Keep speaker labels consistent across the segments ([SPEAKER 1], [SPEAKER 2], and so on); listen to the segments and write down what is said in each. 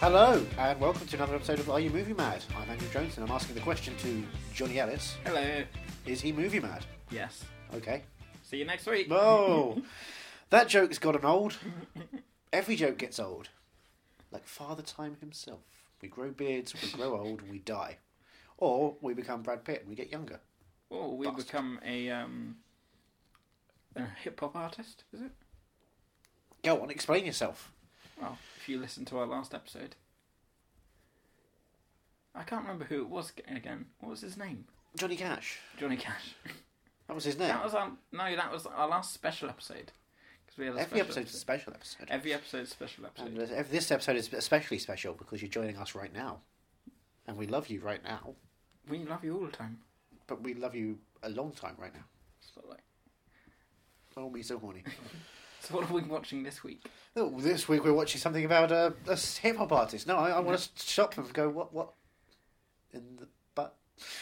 [SPEAKER 1] Hello, and welcome to another episode of Are You Movie Mad? I'm Andrew Jones, and I'm asking the question to Johnny Ellis
[SPEAKER 2] Hello.
[SPEAKER 1] Is he movie mad?
[SPEAKER 2] Yes.
[SPEAKER 1] Okay.
[SPEAKER 2] See you next week.
[SPEAKER 1] Oh, that joke's gotten old. Every joke gets old. Like Father Time himself. We grow beards, we grow old, we die. Or we become Brad Pitt and we get younger.
[SPEAKER 2] Oh, we
[SPEAKER 1] Bastard.
[SPEAKER 2] become a um, a hip hop artist, is it?
[SPEAKER 1] Go on, explain yourself.
[SPEAKER 2] Well, if you listen to our last episode, I can't remember who it was ag- again. What was his name?
[SPEAKER 1] Johnny Cash.
[SPEAKER 2] Johnny Cash.
[SPEAKER 1] That was his name.
[SPEAKER 2] That was our no. That was our last special episode because we had a
[SPEAKER 1] Every
[SPEAKER 2] special
[SPEAKER 1] episode's a special episode.
[SPEAKER 2] Every episode's a special
[SPEAKER 1] And uh,
[SPEAKER 2] episode.
[SPEAKER 1] this- ev- this episode is especially special because you're joining us right now. And we love you right now.
[SPEAKER 2] We love you all the time.
[SPEAKER 1] But we love you a long time right now.
[SPEAKER 2] Spotlight.
[SPEAKER 1] Oh, me so horny.
[SPEAKER 2] So what are we watching this week?
[SPEAKER 1] Oh, this week we're watching something about a, a hip hop artist. No, I, I want to stop them and go, what, what? In the butt?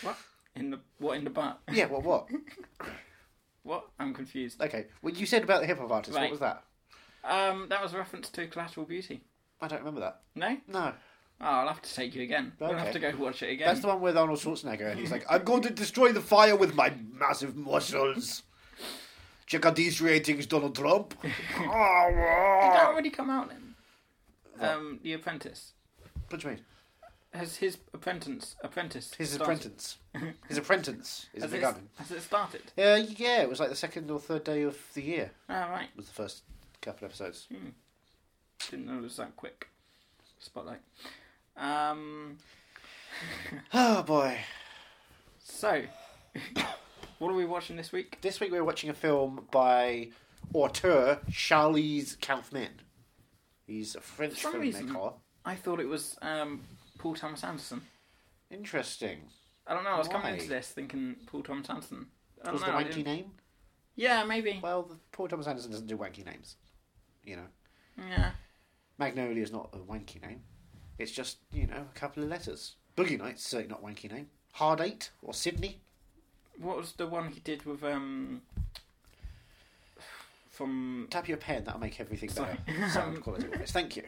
[SPEAKER 2] What in the what in the butt?
[SPEAKER 1] Yeah, what, what?
[SPEAKER 2] What? I'm confused.
[SPEAKER 1] okay, well, you said about the hip hop artist. What
[SPEAKER 2] Right.
[SPEAKER 1] was that?
[SPEAKER 2] Um, that was a reference to Collateral Beauty.
[SPEAKER 1] I don't remember that.
[SPEAKER 2] No.
[SPEAKER 1] No.
[SPEAKER 2] Oh, I'll have to take you again. We'll
[SPEAKER 1] Okay.
[SPEAKER 2] have to go watch it again.
[SPEAKER 1] That's the one with Arnold Schwarzenegger, and he's like, I'm going to destroy the fire with my massive muscles. Check out these ratings, Donald Trump.
[SPEAKER 2] Did that
[SPEAKER 1] what
[SPEAKER 2] already come out then? Um, The Apprentice.
[SPEAKER 1] do you mean?
[SPEAKER 2] Has his apprentice apprentice
[SPEAKER 1] His
[SPEAKER 2] started-
[SPEAKER 1] apprentice. His apprentice is
[SPEAKER 2] Has it,
[SPEAKER 1] begun.
[SPEAKER 2] has it started?
[SPEAKER 1] Uh, yeah, it was like the second or third day of the year.
[SPEAKER 2] Ah, right.
[SPEAKER 1] was the first couple episodes.
[SPEAKER 2] Didn't know it was that quick. Spotlight. Um,
[SPEAKER 1] Oh boy.
[SPEAKER 2] so, what are we watching this week?
[SPEAKER 1] This week we we're watching a film by auteur Charles Kaufman. He's a French
[SPEAKER 2] For some
[SPEAKER 1] filmmaker.
[SPEAKER 2] reason- I thought it was um, Paul Thomas Anderson.
[SPEAKER 1] Interesting.
[SPEAKER 2] I don't know. I was
[SPEAKER 1] Why?
[SPEAKER 2] coming into this thinking Paul Thomas Anderson. I don't
[SPEAKER 1] Was
[SPEAKER 2] know.
[SPEAKER 1] the
[SPEAKER 2] I
[SPEAKER 1] wanky
[SPEAKER 2] didn't-
[SPEAKER 1] name?
[SPEAKER 2] yeah, maybe.
[SPEAKER 1] Well, the, Paul Thomas Anderson doesn't do wanky names. You know,
[SPEAKER 2] Yeah.
[SPEAKER 1] Magnolia is not a wanky name. It's just you know a couple of letters. Boogie Nights certainly not a wanky name. Hard Eight or Sydney.
[SPEAKER 2] What was the one he did with um from
[SPEAKER 1] Tap your pen. That'll make everything better.
[SPEAKER 2] Sorry.
[SPEAKER 1] Sound quality wise. Thank you.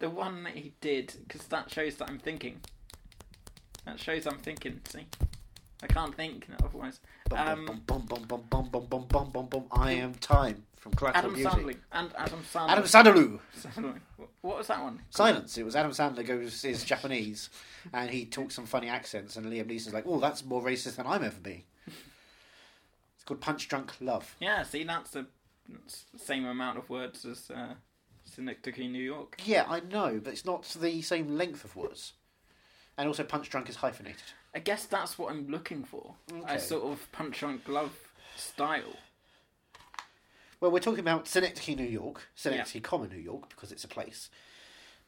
[SPEAKER 2] the one that he did because that shows that I'm thinking. That shows I'm thinking. See, I can't think otherwise.
[SPEAKER 1] Bum,
[SPEAKER 2] Um,
[SPEAKER 1] bum, bum, bum, bum, bum, bum, bum, bum, bum. I am time from Collateral
[SPEAKER 2] Adam
[SPEAKER 1] Beauty.
[SPEAKER 2] Sandler and Adam Sandler.
[SPEAKER 1] Adam Sandaloo.
[SPEAKER 2] Sandler. What was that one?
[SPEAKER 1] Silence. It was Adam Sandler goes is Japanese, and he talks some funny accents, and Liam Neeson's like, "Oh, that's more racist than I'm ever been." It's called Punch Drunk Love.
[SPEAKER 2] Yeah. See, that's the that's the same amount of words as uh, Synecdoche, New York.
[SPEAKER 1] Yeah, I know, but it's not the same length of words, and also Punch Drunk is hyphenated.
[SPEAKER 2] I guess that's what I'm looking for.
[SPEAKER 1] Okay.
[SPEAKER 2] A sort of punch on glove style.
[SPEAKER 1] Well, we're talking about Synecdoche, New York. Synecdoche, comma New York, because it's a place.
[SPEAKER 2] Oh,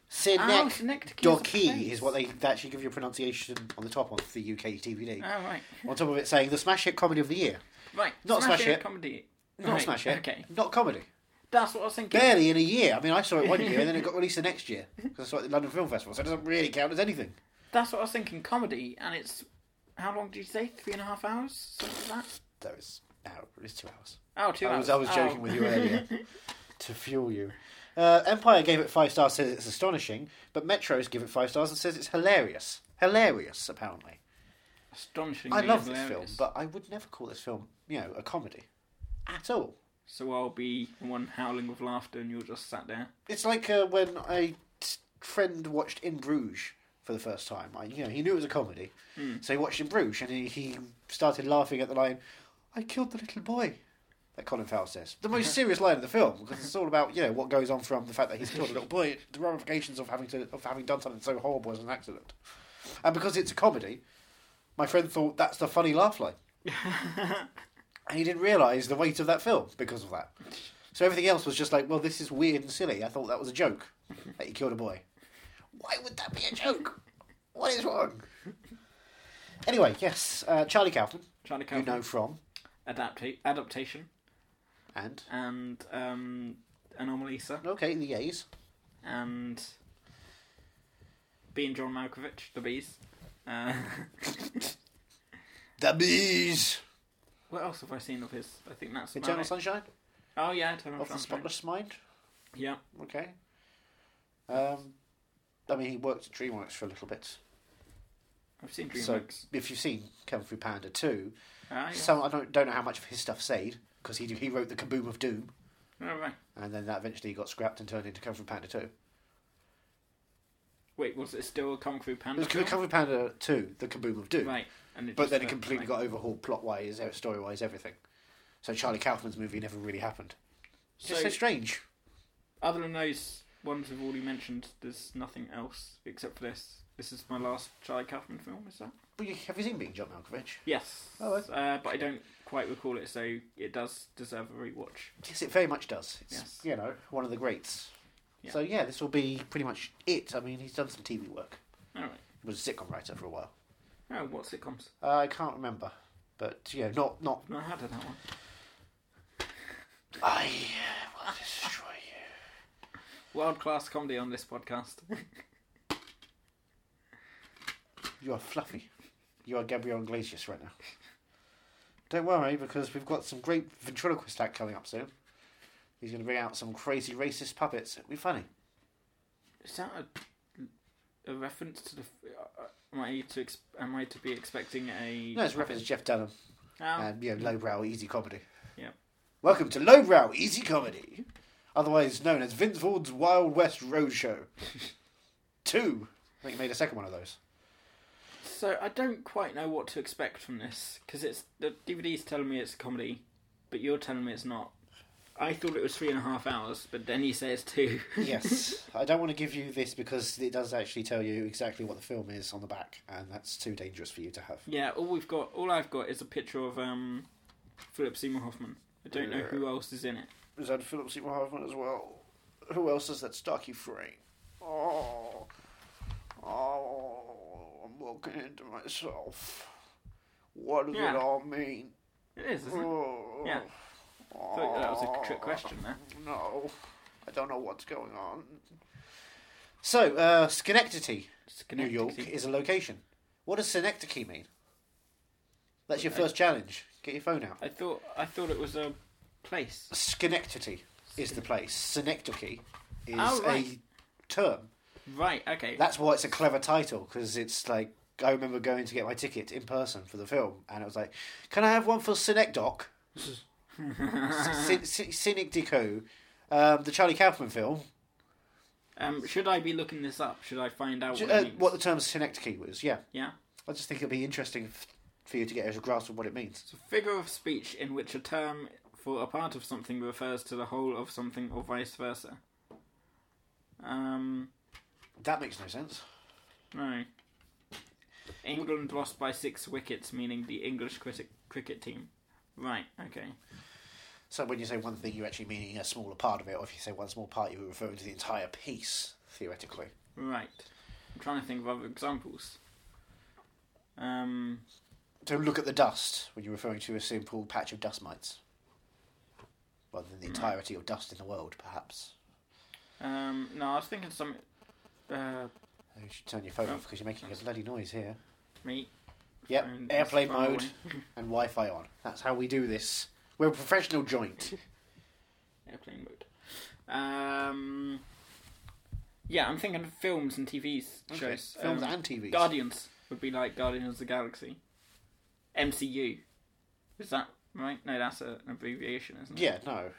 [SPEAKER 1] Synecdoche
[SPEAKER 2] Synecdoche
[SPEAKER 1] is what they they actually give your pronunciation on the top of the UK TVD.
[SPEAKER 2] Oh right,
[SPEAKER 1] on top of it, saying the smash hit comedy of the year.
[SPEAKER 2] right.
[SPEAKER 1] Not
[SPEAKER 2] smash
[SPEAKER 1] Smash
[SPEAKER 2] it.
[SPEAKER 1] It.
[SPEAKER 2] comedy.
[SPEAKER 1] Not
[SPEAKER 2] Right,
[SPEAKER 1] smash hit.
[SPEAKER 2] Okay,
[SPEAKER 1] Not comedy.
[SPEAKER 2] that's what I was thinking.
[SPEAKER 1] barely in a year. I mean, I saw it one year and then it got released the next year because I saw it at the London Film Festival, so it doesn't really count as anything.
[SPEAKER 2] That's what I was thinking. Comedy, and it's how long did you say? Three and a half hours, something like that.
[SPEAKER 1] That was hour, it was two hours.
[SPEAKER 2] Oh, two
[SPEAKER 1] I
[SPEAKER 2] hours.
[SPEAKER 1] was, I was
[SPEAKER 2] Oh.
[SPEAKER 1] joking with you earlier to fuel you. Uh, Empire gave it five stars, says it's astonishing, but Metros give it five stars and says it's hilarious. Hilarious, apparently.
[SPEAKER 2] Astonishing.
[SPEAKER 1] I love this film, but I would never call this film, you know, a comedy at all.
[SPEAKER 2] so I'll be the one howling with laughter, and you're just sat there.
[SPEAKER 1] It's like uh, when a t- friend watched In Bruges for the first time. I, you know, he knew it was a comedy, so he watched In Bruges, and he, he started laughing at the line, "I killed the little boy," that Colin Farrell says. The most serious line of the film because it's all about you know what goes on from the fact that he's killed a little boy, the ramifications of having to of having done something so horrible as an accident, and because it's a comedy, my friend thought that's the funny laugh line. And he didn't realise the weight of that film because of that. So everything else was just like, well, this is weird and silly. I thought that was a joke that you killed a boy. Why would that be a joke? What is wrong? Anyway, yes, uh, Charlie Kaufman,
[SPEAKER 2] Trying to
[SPEAKER 1] you
[SPEAKER 2] come
[SPEAKER 1] know from
[SPEAKER 2] adapta- adaptation
[SPEAKER 1] and
[SPEAKER 2] and um, Anomalisa
[SPEAKER 1] okay, the A's.
[SPEAKER 2] and being John Malkovich, the bees. Uh,
[SPEAKER 1] The bees.
[SPEAKER 2] what else have I seen of his? I think that's about
[SPEAKER 1] Eternal
[SPEAKER 2] it.
[SPEAKER 1] Sunshine
[SPEAKER 2] Oh yeah, Eternal
[SPEAKER 1] of the
[SPEAKER 2] Sunshine.
[SPEAKER 1] Spotless Mind.
[SPEAKER 2] Yeah.
[SPEAKER 1] Okay. Um, I mean, he worked at DreamWorks for a little bit.
[SPEAKER 2] I've seen
[SPEAKER 1] So
[SPEAKER 2] DreamWorks.
[SPEAKER 1] if you've seen Kung Fu Panda 2,
[SPEAKER 2] Ah, yeah.
[SPEAKER 1] some I don't, don't know how much of his stuff stayed because he he wrote the Kaboom of Doom,
[SPEAKER 2] Oh, right.
[SPEAKER 1] and then that eventually got scrapped and turned into Kung Fu Panda 2. It
[SPEAKER 2] Wait, was it still a Kung Fu Panda?
[SPEAKER 1] was Kung
[SPEAKER 2] film?
[SPEAKER 1] Fu Panda 2, the Kaboom of Doom,
[SPEAKER 2] Right. And it
[SPEAKER 1] but
[SPEAKER 2] just
[SPEAKER 1] then it
[SPEAKER 2] went,
[SPEAKER 1] completely
[SPEAKER 2] like-
[SPEAKER 1] got overhauled plot wise, story wise, everything. So Charlie Kaufman's movie never really happened. It's just
[SPEAKER 2] So-
[SPEAKER 1] so strange.
[SPEAKER 2] Other than those ones I've already mentioned, there's nothing else except for this. This is my last Charlie Kaufman film, is that?
[SPEAKER 1] But you, have you seen Being John Malkovich?
[SPEAKER 2] Yes.
[SPEAKER 1] Oh, okay.
[SPEAKER 2] uh, but I don't quite recall it, so it does deserve a rewatch.
[SPEAKER 1] Yes, it very much does. It's,
[SPEAKER 2] Yes.
[SPEAKER 1] you know, one of the greats.
[SPEAKER 2] Yeah.
[SPEAKER 1] So yeah, this will be pretty much it. I mean, he's done some TV work.
[SPEAKER 2] All right.
[SPEAKER 1] He was a sitcom writer for a while.
[SPEAKER 2] Oh, what sitcoms?
[SPEAKER 1] Uh, I can't remember, but yeah, not not.
[SPEAKER 2] No, I had that one.
[SPEAKER 1] I will destroy you.
[SPEAKER 2] World class comedy on this podcast.
[SPEAKER 1] You are fluffy. You are Gabriel Iglesias right now. Don't worry, because we've got some great ventriloquist act coming up soon. He's going to bring out some crazy racist puppets. It'll be funny.
[SPEAKER 2] Is that a, a reference to the? Uh, am I to ex- am I to be expecting a?
[SPEAKER 1] No, it's a reference to Jeff Dunham
[SPEAKER 2] Oh,
[SPEAKER 1] and you know lowbrow easy comedy.
[SPEAKER 2] Yep.
[SPEAKER 1] Welcome to lowbrow easy comedy, otherwise known as Vince Vaughn's Wild West Roadshow. Two. I think he made a second one of those.
[SPEAKER 2] so I don't quite know what to expect from this because it's the DVD's telling me it's a comedy, but you're telling me it's not. I thought it was three and a half hours, but then you say it's two.
[SPEAKER 1] yes, I don't want to give you this because it does actually tell you exactly what the film is on the back, and that's too dangerous for you to have.
[SPEAKER 2] yeah, all we've got, all I've got, is a picture of um, Philip Seymour Hoffman. I don't know who else is in it.
[SPEAKER 1] Is that Philip Seymour Hoffman as well? Who else is that Starkey Frame? Oh, oh, I'm walking into myself. What does
[SPEAKER 2] Yeah.
[SPEAKER 1] it all mean?
[SPEAKER 2] It is, isn't it?
[SPEAKER 1] Oh,
[SPEAKER 2] Yeah. I thought that was a trick question there.
[SPEAKER 1] No, I don't know what's going on. So, uh, Schenectady, New York,
[SPEAKER 2] Schenectady.
[SPEAKER 1] is a location. What does synecdoche mean? That's your first challenge. Get your phone out.
[SPEAKER 2] I thought I thought it was a place.
[SPEAKER 1] Schenectady is the place. Synecdoche is
[SPEAKER 2] Oh,
[SPEAKER 1] a
[SPEAKER 2] right.
[SPEAKER 1] term.
[SPEAKER 2] Right. Okay.
[SPEAKER 1] That's why it's a clever title because it's like I remember going to get my ticket in person for the film, and it was like, "Can I have one for Synecdoche?" Syn- Syn- Synecdoche, um, the Charlie Kaufman film.
[SPEAKER 2] Um, should I be looking this up? Should I find out what,
[SPEAKER 1] Uh,
[SPEAKER 2] it means?
[SPEAKER 1] what the term synecdoche was, yeah.
[SPEAKER 2] Yeah,
[SPEAKER 1] I just think it'll be interesting f- for you to get a grasp of what it means.
[SPEAKER 2] it's a figure of speech in which a term for a part of something refers to the whole of something, or vice versa. Um,
[SPEAKER 1] That makes no sense.
[SPEAKER 2] no. England lost by six wickets, meaning the English cricket cricket team. Right. Okay.
[SPEAKER 1] So when you say one thing, you're actually meaning a smaller part of it, or if you say one small part, you're referring to the entire piece, theoretically.
[SPEAKER 2] Right. I'm trying to think of other examples. Um.
[SPEAKER 1] Don't look at the dust when you're referring to a simple patch of dust mites, rather than the entirety of dust in the world, perhaps.
[SPEAKER 2] Um. No, I was thinking some. Uh.
[SPEAKER 1] Oh, You should turn your phone off because you're making a bloody noise here.
[SPEAKER 2] Me.
[SPEAKER 1] Yep,
[SPEAKER 2] phone is
[SPEAKER 1] airplane
[SPEAKER 2] far
[SPEAKER 1] mode
[SPEAKER 2] away.
[SPEAKER 1] and Wi-Fi on. That's how we do this. We're a professional joint.
[SPEAKER 2] airplane mode. Um, yeah, I'm thinking of films and TVs
[SPEAKER 1] Okay,
[SPEAKER 2] shows.
[SPEAKER 1] films
[SPEAKER 2] Um,
[SPEAKER 1] and TVs.
[SPEAKER 2] Guardians would be like Guardians of the Galaxy. MCU. Is that right? No, that's a, an abbreviation, isn't it?
[SPEAKER 1] Yeah, no.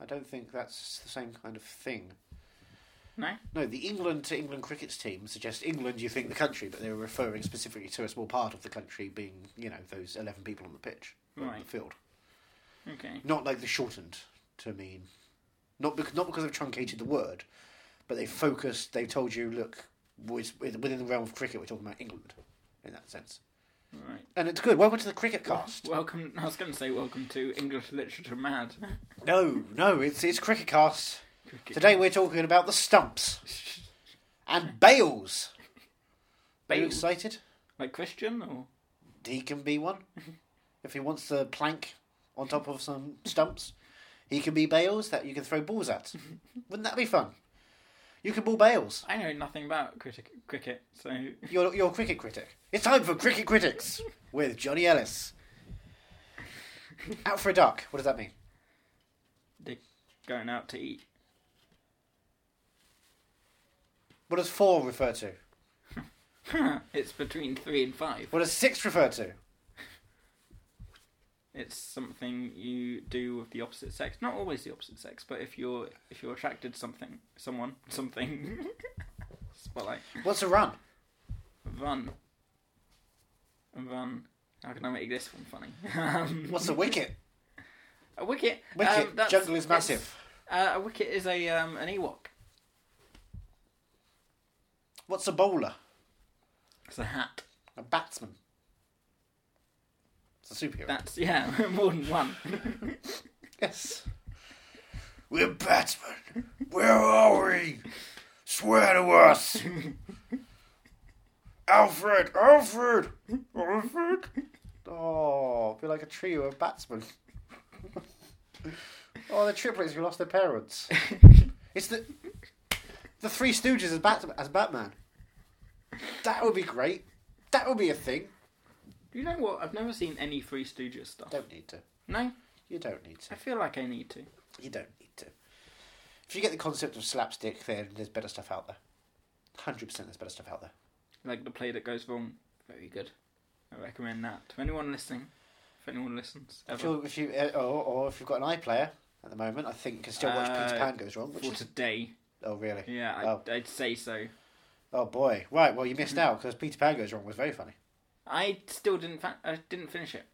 [SPEAKER 1] I don't think that's the same kind of thing.
[SPEAKER 2] No?
[SPEAKER 1] No, the England to England crickets team suggests England, you think the country, but they were referring specifically to a small part of the country being, you know, those 11 people on the pitch, on
[SPEAKER 2] Right.
[SPEAKER 1] the field.
[SPEAKER 2] Okay.
[SPEAKER 1] Not like the shortened to mean. Not because, not because they've truncated the word, but they focused, they told you, look, with- within the realm of cricket, we're talking about England in that sense.
[SPEAKER 2] Right.
[SPEAKER 1] And it's good. Welcome to the cricket cast.
[SPEAKER 2] Welcome. I was going to say welcome to English literature mad.
[SPEAKER 1] No, no, it's it's cricket cast.
[SPEAKER 2] Cricket.
[SPEAKER 1] Today we're talking about the stumps and Bales. Are you
[SPEAKER 2] Bales.
[SPEAKER 1] excited?
[SPEAKER 2] like Christian or
[SPEAKER 1] He can be one
[SPEAKER 2] Mm-hmm.
[SPEAKER 1] if he wants to plank on top of some stumps. He can be Bales that you can throw balls at.
[SPEAKER 2] Mm-hmm.
[SPEAKER 1] Wouldn't that be fun? You can ball Bales.
[SPEAKER 2] I know nothing about critic, cricket, so
[SPEAKER 1] You're you're a cricket critic. It's time for cricket critics with Johnny Ellis. Out for a duck. What does that mean?
[SPEAKER 2] they're going out to eat.
[SPEAKER 1] What does four refer to?
[SPEAKER 2] it's between three and five.
[SPEAKER 1] What does six refer to?
[SPEAKER 2] It's something you do with the opposite sex. Not always the opposite sex, but if you're if you're attracted to something, someone, something. Spotlight.
[SPEAKER 1] What's a run?
[SPEAKER 2] Run. Run. How can I make this one funny? Um,
[SPEAKER 1] What's a wicket?
[SPEAKER 2] a wicket.
[SPEAKER 1] Wicket.
[SPEAKER 2] um, that's-
[SPEAKER 1] Jungle is
[SPEAKER 2] it's-
[SPEAKER 1] massive.
[SPEAKER 2] Uh, a wicket is a um, an Ewok.
[SPEAKER 1] What's a bowler?
[SPEAKER 2] It's a hat.
[SPEAKER 1] A batsman. It's a superhero.
[SPEAKER 2] That's yeah, more than one.
[SPEAKER 1] Yes. We're batsmen. Where are we? Swear to us. Alfred! Alfred! Alfred! Oh, be like a tree or a batsman. oh, the triplets who lost their parents. It's the the Three Stooges as, Bat- as Batman. That would be great. That would be a thing.
[SPEAKER 2] do you know what? I've never seen any Three Stooges stuff.
[SPEAKER 1] Don't need to.
[SPEAKER 2] No,
[SPEAKER 1] You don't need to.
[SPEAKER 2] I feel like I need to.
[SPEAKER 1] You don't need to. If you get the concept of slapstick, then there's better stuff out there. Hundred percent, there's better stuff out there.
[SPEAKER 2] Like the play that goes wrong. Very good. I recommend that to anyone listening. If anyone listens,
[SPEAKER 1] If
[SPEAKER 2] ever
[SPEAKER 1] you, if you, uh, or, or if you've got an iPlayer at the moment, I think you can still watch Peter
[SPEAKER 2] Uh,
[SPEAKER 1] Pan goes wrong. Which
[SPEAKER 2] for
[SPEAKER 1] is,
[SPEAKER 2] today,
[SPEAKER 1] oh really?
[SPEAKER 2] yeah, I,
[SPEAKER 1] Oh.
[SPEAKER 2] I'd say so.
[SPEAKER 1] Oh boy. Right. Well, you
[SPEAKER 2] Mm.
[SPEAKER 1] missed out because Peter Pan goes wrong was very funny.
[SPEAKER 2] I still didn't. Fa- I didn't finish it.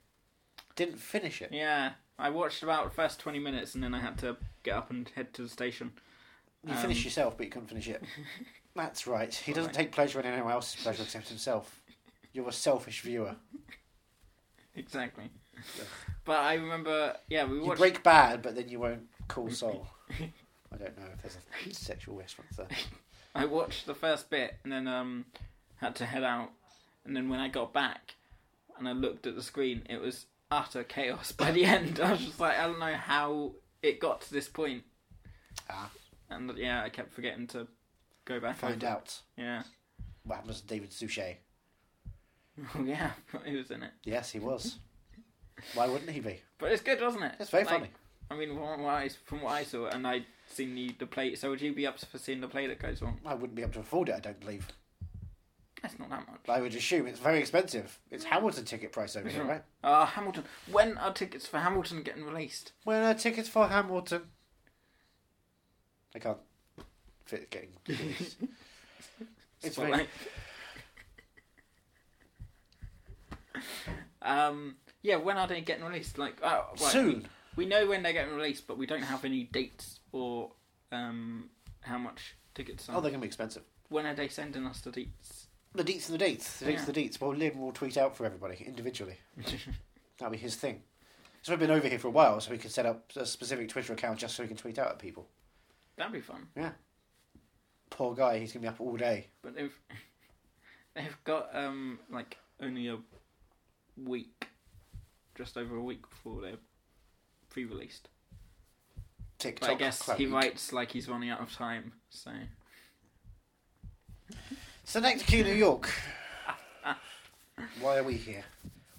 [SPEAKER 1] Didn't finish it.
[SPEAKER 2] Yeah, I watched about the first twenty minutes and then I had to get up and head to the station.
[SPEAKER 1] You finished yourself, but you couldn't finish it. That's right. He doesn't
[SPEAKER 2] um, Right.
[SPEAKER 1] take pleasure in anyone else's pleasure except himself. You're a selfish viewer.
[SPEAKER 2] Exactly. But I remember, yeah, we
[SPEAKER 1] You
[SPEAKER 2] watched.
[SPEAKER 1] break bad, but then you won't call soul. I don't know if there's a sexual reference there.
[SPEAKER 2] I watched the first bit and then um, had to head out. And then when I got back and I looked at the screen, it was utter chaos by the end. I was just like, I don't know how it got to this point.
[SPEAKER 1] Ah.
[SPEAKER 2] And yeah, I kept forgetting to go back.
[SPEAKER 1] Find
[SPEAKER 2] over.
[SPEAKER 1] out.
[SPEAKER 2] Yeah.
[SPEAKER 1] What happens to David Suchet?
[SPEAKER 2] Oh, yeah, he was in it.
[SPEAKER 1] Yes, he was. Why wouldn't he be?
[SPEAKER 2] But it's good, wasn't it?
[SPEAKER 1] It's very
[SPEAKER 2] Like,
[SPEAKER 1] funny.
[SPEAKER 2] I mean, from what I, from what I saw, and I'd seen the, the play. So would you be up for seeing the play that goes wrong?
[SPEAKER 1] I wouldn't be able to afford it, I don't believe.
[SPEAKER 2] That's not that much.
[SPEAKER 1] I would assume it's very expensive. It's Hamilton ticket price over here, right?
[SPEAKER 2] Ah, Hamilton. When are tickets for Hamilton getting released?
[SPEAKER 1] When are tickets for Hamilton? I can't fit getting. it's very,
[SPEAKER 2] Spotlight. um, yeah, when are they getting released? Like oh, right,
[SPEAKER 1] soon.
[SPEAKER 2] We, we know when they're getting released, but we don't have any dates or um, how much tickets are.
[SPEAKER 1] Oh, they're going to be expensive.
[SPEAKER 2] when are they sending us the dates?
[SPEAKER 1] The deets and the dates. The deets and the deets. Well, Lynn will tweet out for everybody individually. That'll be his thing. So I've been over here for a while, so we can set up a specific Twitter account just so we can tweet out at people.
[SPEAKER 2] That'd be fun.
[SPEAKER 1] Poor guy, he's going to be up all day.
[SPEAKER 2] But they've they've got um like only a week, just over a week before they're pre-released. But
[SPEAKER 1] TikTok.
[SPEAKER 2] I guess
[SPEAKER 1] clout.
[SPEAKER 2] he writes like he's running out of time, so
[SPEAKER 1] So next to New York. Why are we here?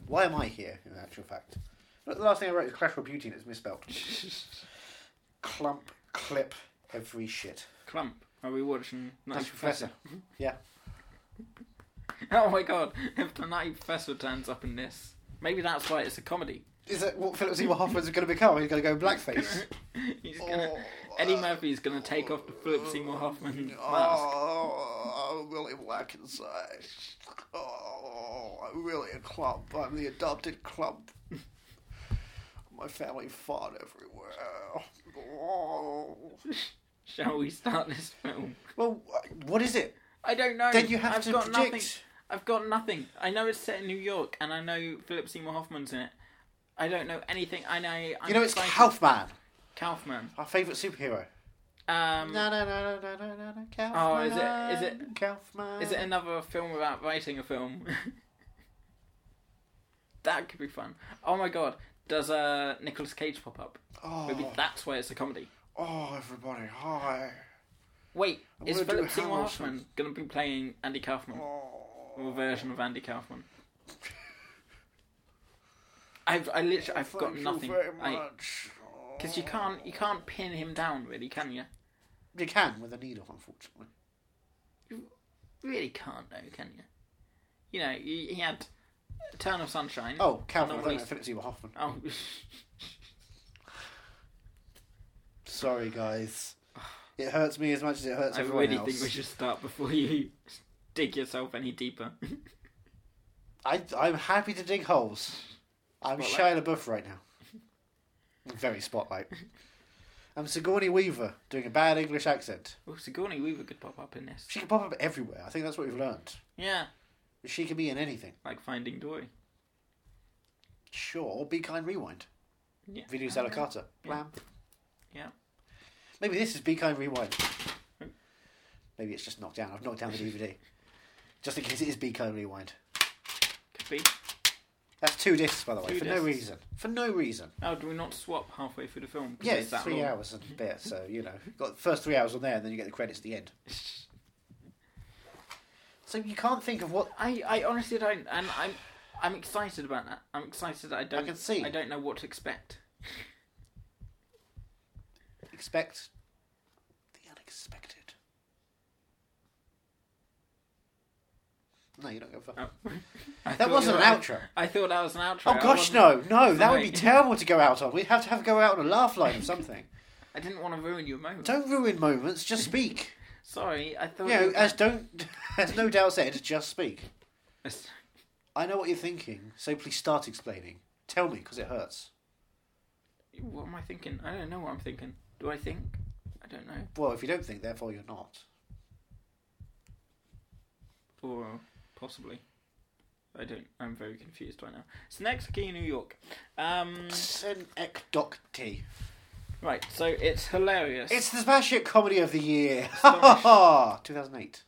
[SPEAKER 1] Why am I here, in actual fact? Look, the last thing I wrote is Clash of Beauty and it's misspelled. Clump, clip, every shit.
[SPEAKER 2] Clump. Are Oh, we watching Nutty
[SPEAKER 1] Nice
[SPEAKER 2] Professor?
[SPEAKER 1] professor. yeah.
[SPEAKER 2] Oh my god! If the Nutty Professor turns up in this, maybe that's why it's a comedy.
[SPEAKER 1] Is that what Philip Seymour Hoffman's going to become? He's going to go blackface.
[SPEAKER 2] He's gonna
[SPEAKER 1] Oh,
[SPEAKER 2] Eddie
[SPEAKER 1] uh,
[SPEAKER 2] Murphy's gonna take off the Philip Seymour Hoffman mask.
[SPEAKER 1] Oh, I'm really black inside. Oh, I'm really a clump. I'm the adopted clump. My family fought everywhere. Oh.
[SPEAKER 2] Shall we start this film?
[SPEAKER 1] Well, wh- what is it?
[SPEAKER 2] I don't know.
[SPEAKER 1] Then you have
[SPEAKER 2] I've
[SPEAKER 1] to
[SPEAKER 2] got
[SPEAKER 1] predict.
[SPEAKER 2] nothing. I've got nothing. I know it's set in New York, and I know Philip Seymour Hoffman's in it. I don't know anything. I know. I'm
[SPEAKER 1] You know, it's
[SPEAKER 2] excited.
[SPEAKER 1] Kaufman,
[SPEAKER 2] Kaufman.
[SPEAKER 1] our favourite superhero.
[SPEAKER 2] Um,
[SPEAKER 1] No, no, no, no, no, no, no, Kaufman.
[SPEAKER 2] Oh, is it- is it-
[SPEAKER 1] Kaufman?
[SPEAKER 2] Is it another film about writing a film? that could be fun. Oh my god, does uh, Nicolas Cage pop up? Maybe
[SPEAKER 1] Oh,
[SPEAKER 2] that's why it's a comedy.
[SPEAKER 1] oh, everybody, hi.
[SPEAKER 2] Wait, is
[SPEAKER 1] gonna do
[SPEAKER 2] Philip Seymour
[SPEAKER 1] Hamilton.
[SPEAKER 2] Hoffman going to be playing Andy Kaufman? Or a
[SPEAKER 1] Oh,
[SPEAKER 2] version of Andy Kaufman? I've I literally I've got
[SPEAKER 1] thank
[SPEAKER 2] nothing.
[SPEAKER 1] You very
[SPEAKER 2] I
[SPEAKER 1] much.
[SPEAKER 2] because you can't you can't pin him down really, can you?
[SPEAKER 1] You can with a needle, unfortunately.
[SPEAKER 2] you really can't know, can you? You know, he, he had Eternal Sunshine.
[SPEAKER 1] Oh, Calvin, I
[SPEAKER 2] Normally-
[SPEAKER 1] don't know if it's Hugh Hoffman.
[SPEAKER 2] Oh,
[SPEAKER 1] Sorry, guys. It hurts me as much as it hurts
[SPEAKER 2] I
[SPEAKER 1] everyone
[SPEAKER 2] really
[SPEAKER 1] else.
[SPEAKER 2] think we should start before you dig yourself any deeper.
[SPEAKER 1] I, I'm happy to dig holes. I'm
[SPEAKER 2] Spotlight.
[SPEAKER 1] Shia LaBeouf right now. Very spotlight. I'm Sigourney Weaver doing a bad English accent.
[SPEAKER 2] oh, Sigourney Weaver could pop up in this.
[SPEAKER 1] She can pop up everywhere. I think that's what we've learned.
[SPEAKER 2] Yeah,
[SPEAKER 1] She can be in anything.
[SPEAKER 2] like Finding Dory.
[SPEAKER 1] Sure, Be Kind Rewind.
[SPEAKER 2] Oh, Yeah.
[SPEAKER 1] Videos a la carta. Blam.
[SPEAKER 2] Yeah.
[SPEAKER 1] Maybe this is Be Kind Rewind. Maybe it's just knocked down. I've knocked down the DVD. Just in case it is Be Kind Rewind.
[SPEAKER 2] Could be.
[SPEAKER 1] That's two discs, by the way,
[SPEAKER 2] Two
[SPEAKER 1] for no
[SPEAKER 2] discs.
[SPEAKER 1] reason. For no reason.
[SPEAKER 2] Oh, do we not swap halfway through the film? 'Cause
[SPEAKER 1] Yeah,
[SPEAKER 2] it's
[SPEAKER 1] it's three
[SPEAKER 2] long.
[SPEAKER 1] hours and a bit, so you know, you've got the first three hours on there, and then you get the credits at the end. So you can't think of what
[SPEAKER 2] I, I honestly don't, and I'm, I'm excited about that. I'm excited. that I don't.
[SPEAKER 1] can see.
[SPEAKER 2] I don't know what to expect.
[SPEAKER 1] expect the unexpected. No, you're not going for
[SPEAKER 2] Oh. I
[SPEAKER 1] that.
[SPEAKER 2] thought
[SPEAKER 1] Wasn't an
[SPEAKER 2] you were-
[SPEAKER 1] outro.
[SPEAKER 2] I thought that was an outro.
[SPEAKER 1] Oh
[SPEAKER 2] I
[SPEAKER 1] gosh,
[SPEAKER 2] wasn't-
[SPEAKER 1] no, no, that would be
[SPEAKER 2] Sorry.
[SPEAKER 1] terrible to go out on. We'd have to have go out on a laugh line or something.
[SPEAKER 2] I didn't want to ruin your moment.
[SPEAKER 1] don't ruin moments. Just speak.
[SPEAKER 2] Sorry, I thought.
[SPEAKER 1] You know,
[SPEAKER 2] you-
[SPEAKER 1] as don't, as no doubt said, just speak.
[SPEAKER 2] It's-
[SPEAKER 1] I know what you're thinking, so please start explaining. Tell me, because it hurts.
[SPEAKER 2] What am I thinking? I don't know what I'm thinking. Do I think? I don't know.
[SPEAKER 1] Well, if you don't think, therefore you're not.
[SPEAKER 2] Or possibly. I don't. I'm very confused right now. So next, Key New York. Um,
[SPEAKER 1] Sen Ekdokti.
[SPEAKER 2] right. So it's hilarious.
[SPEAKER 1] It's the Smash Hit Comedy of the Year.
[SPEAKER 2] Sorry.
[SPEAKER 1] 2008.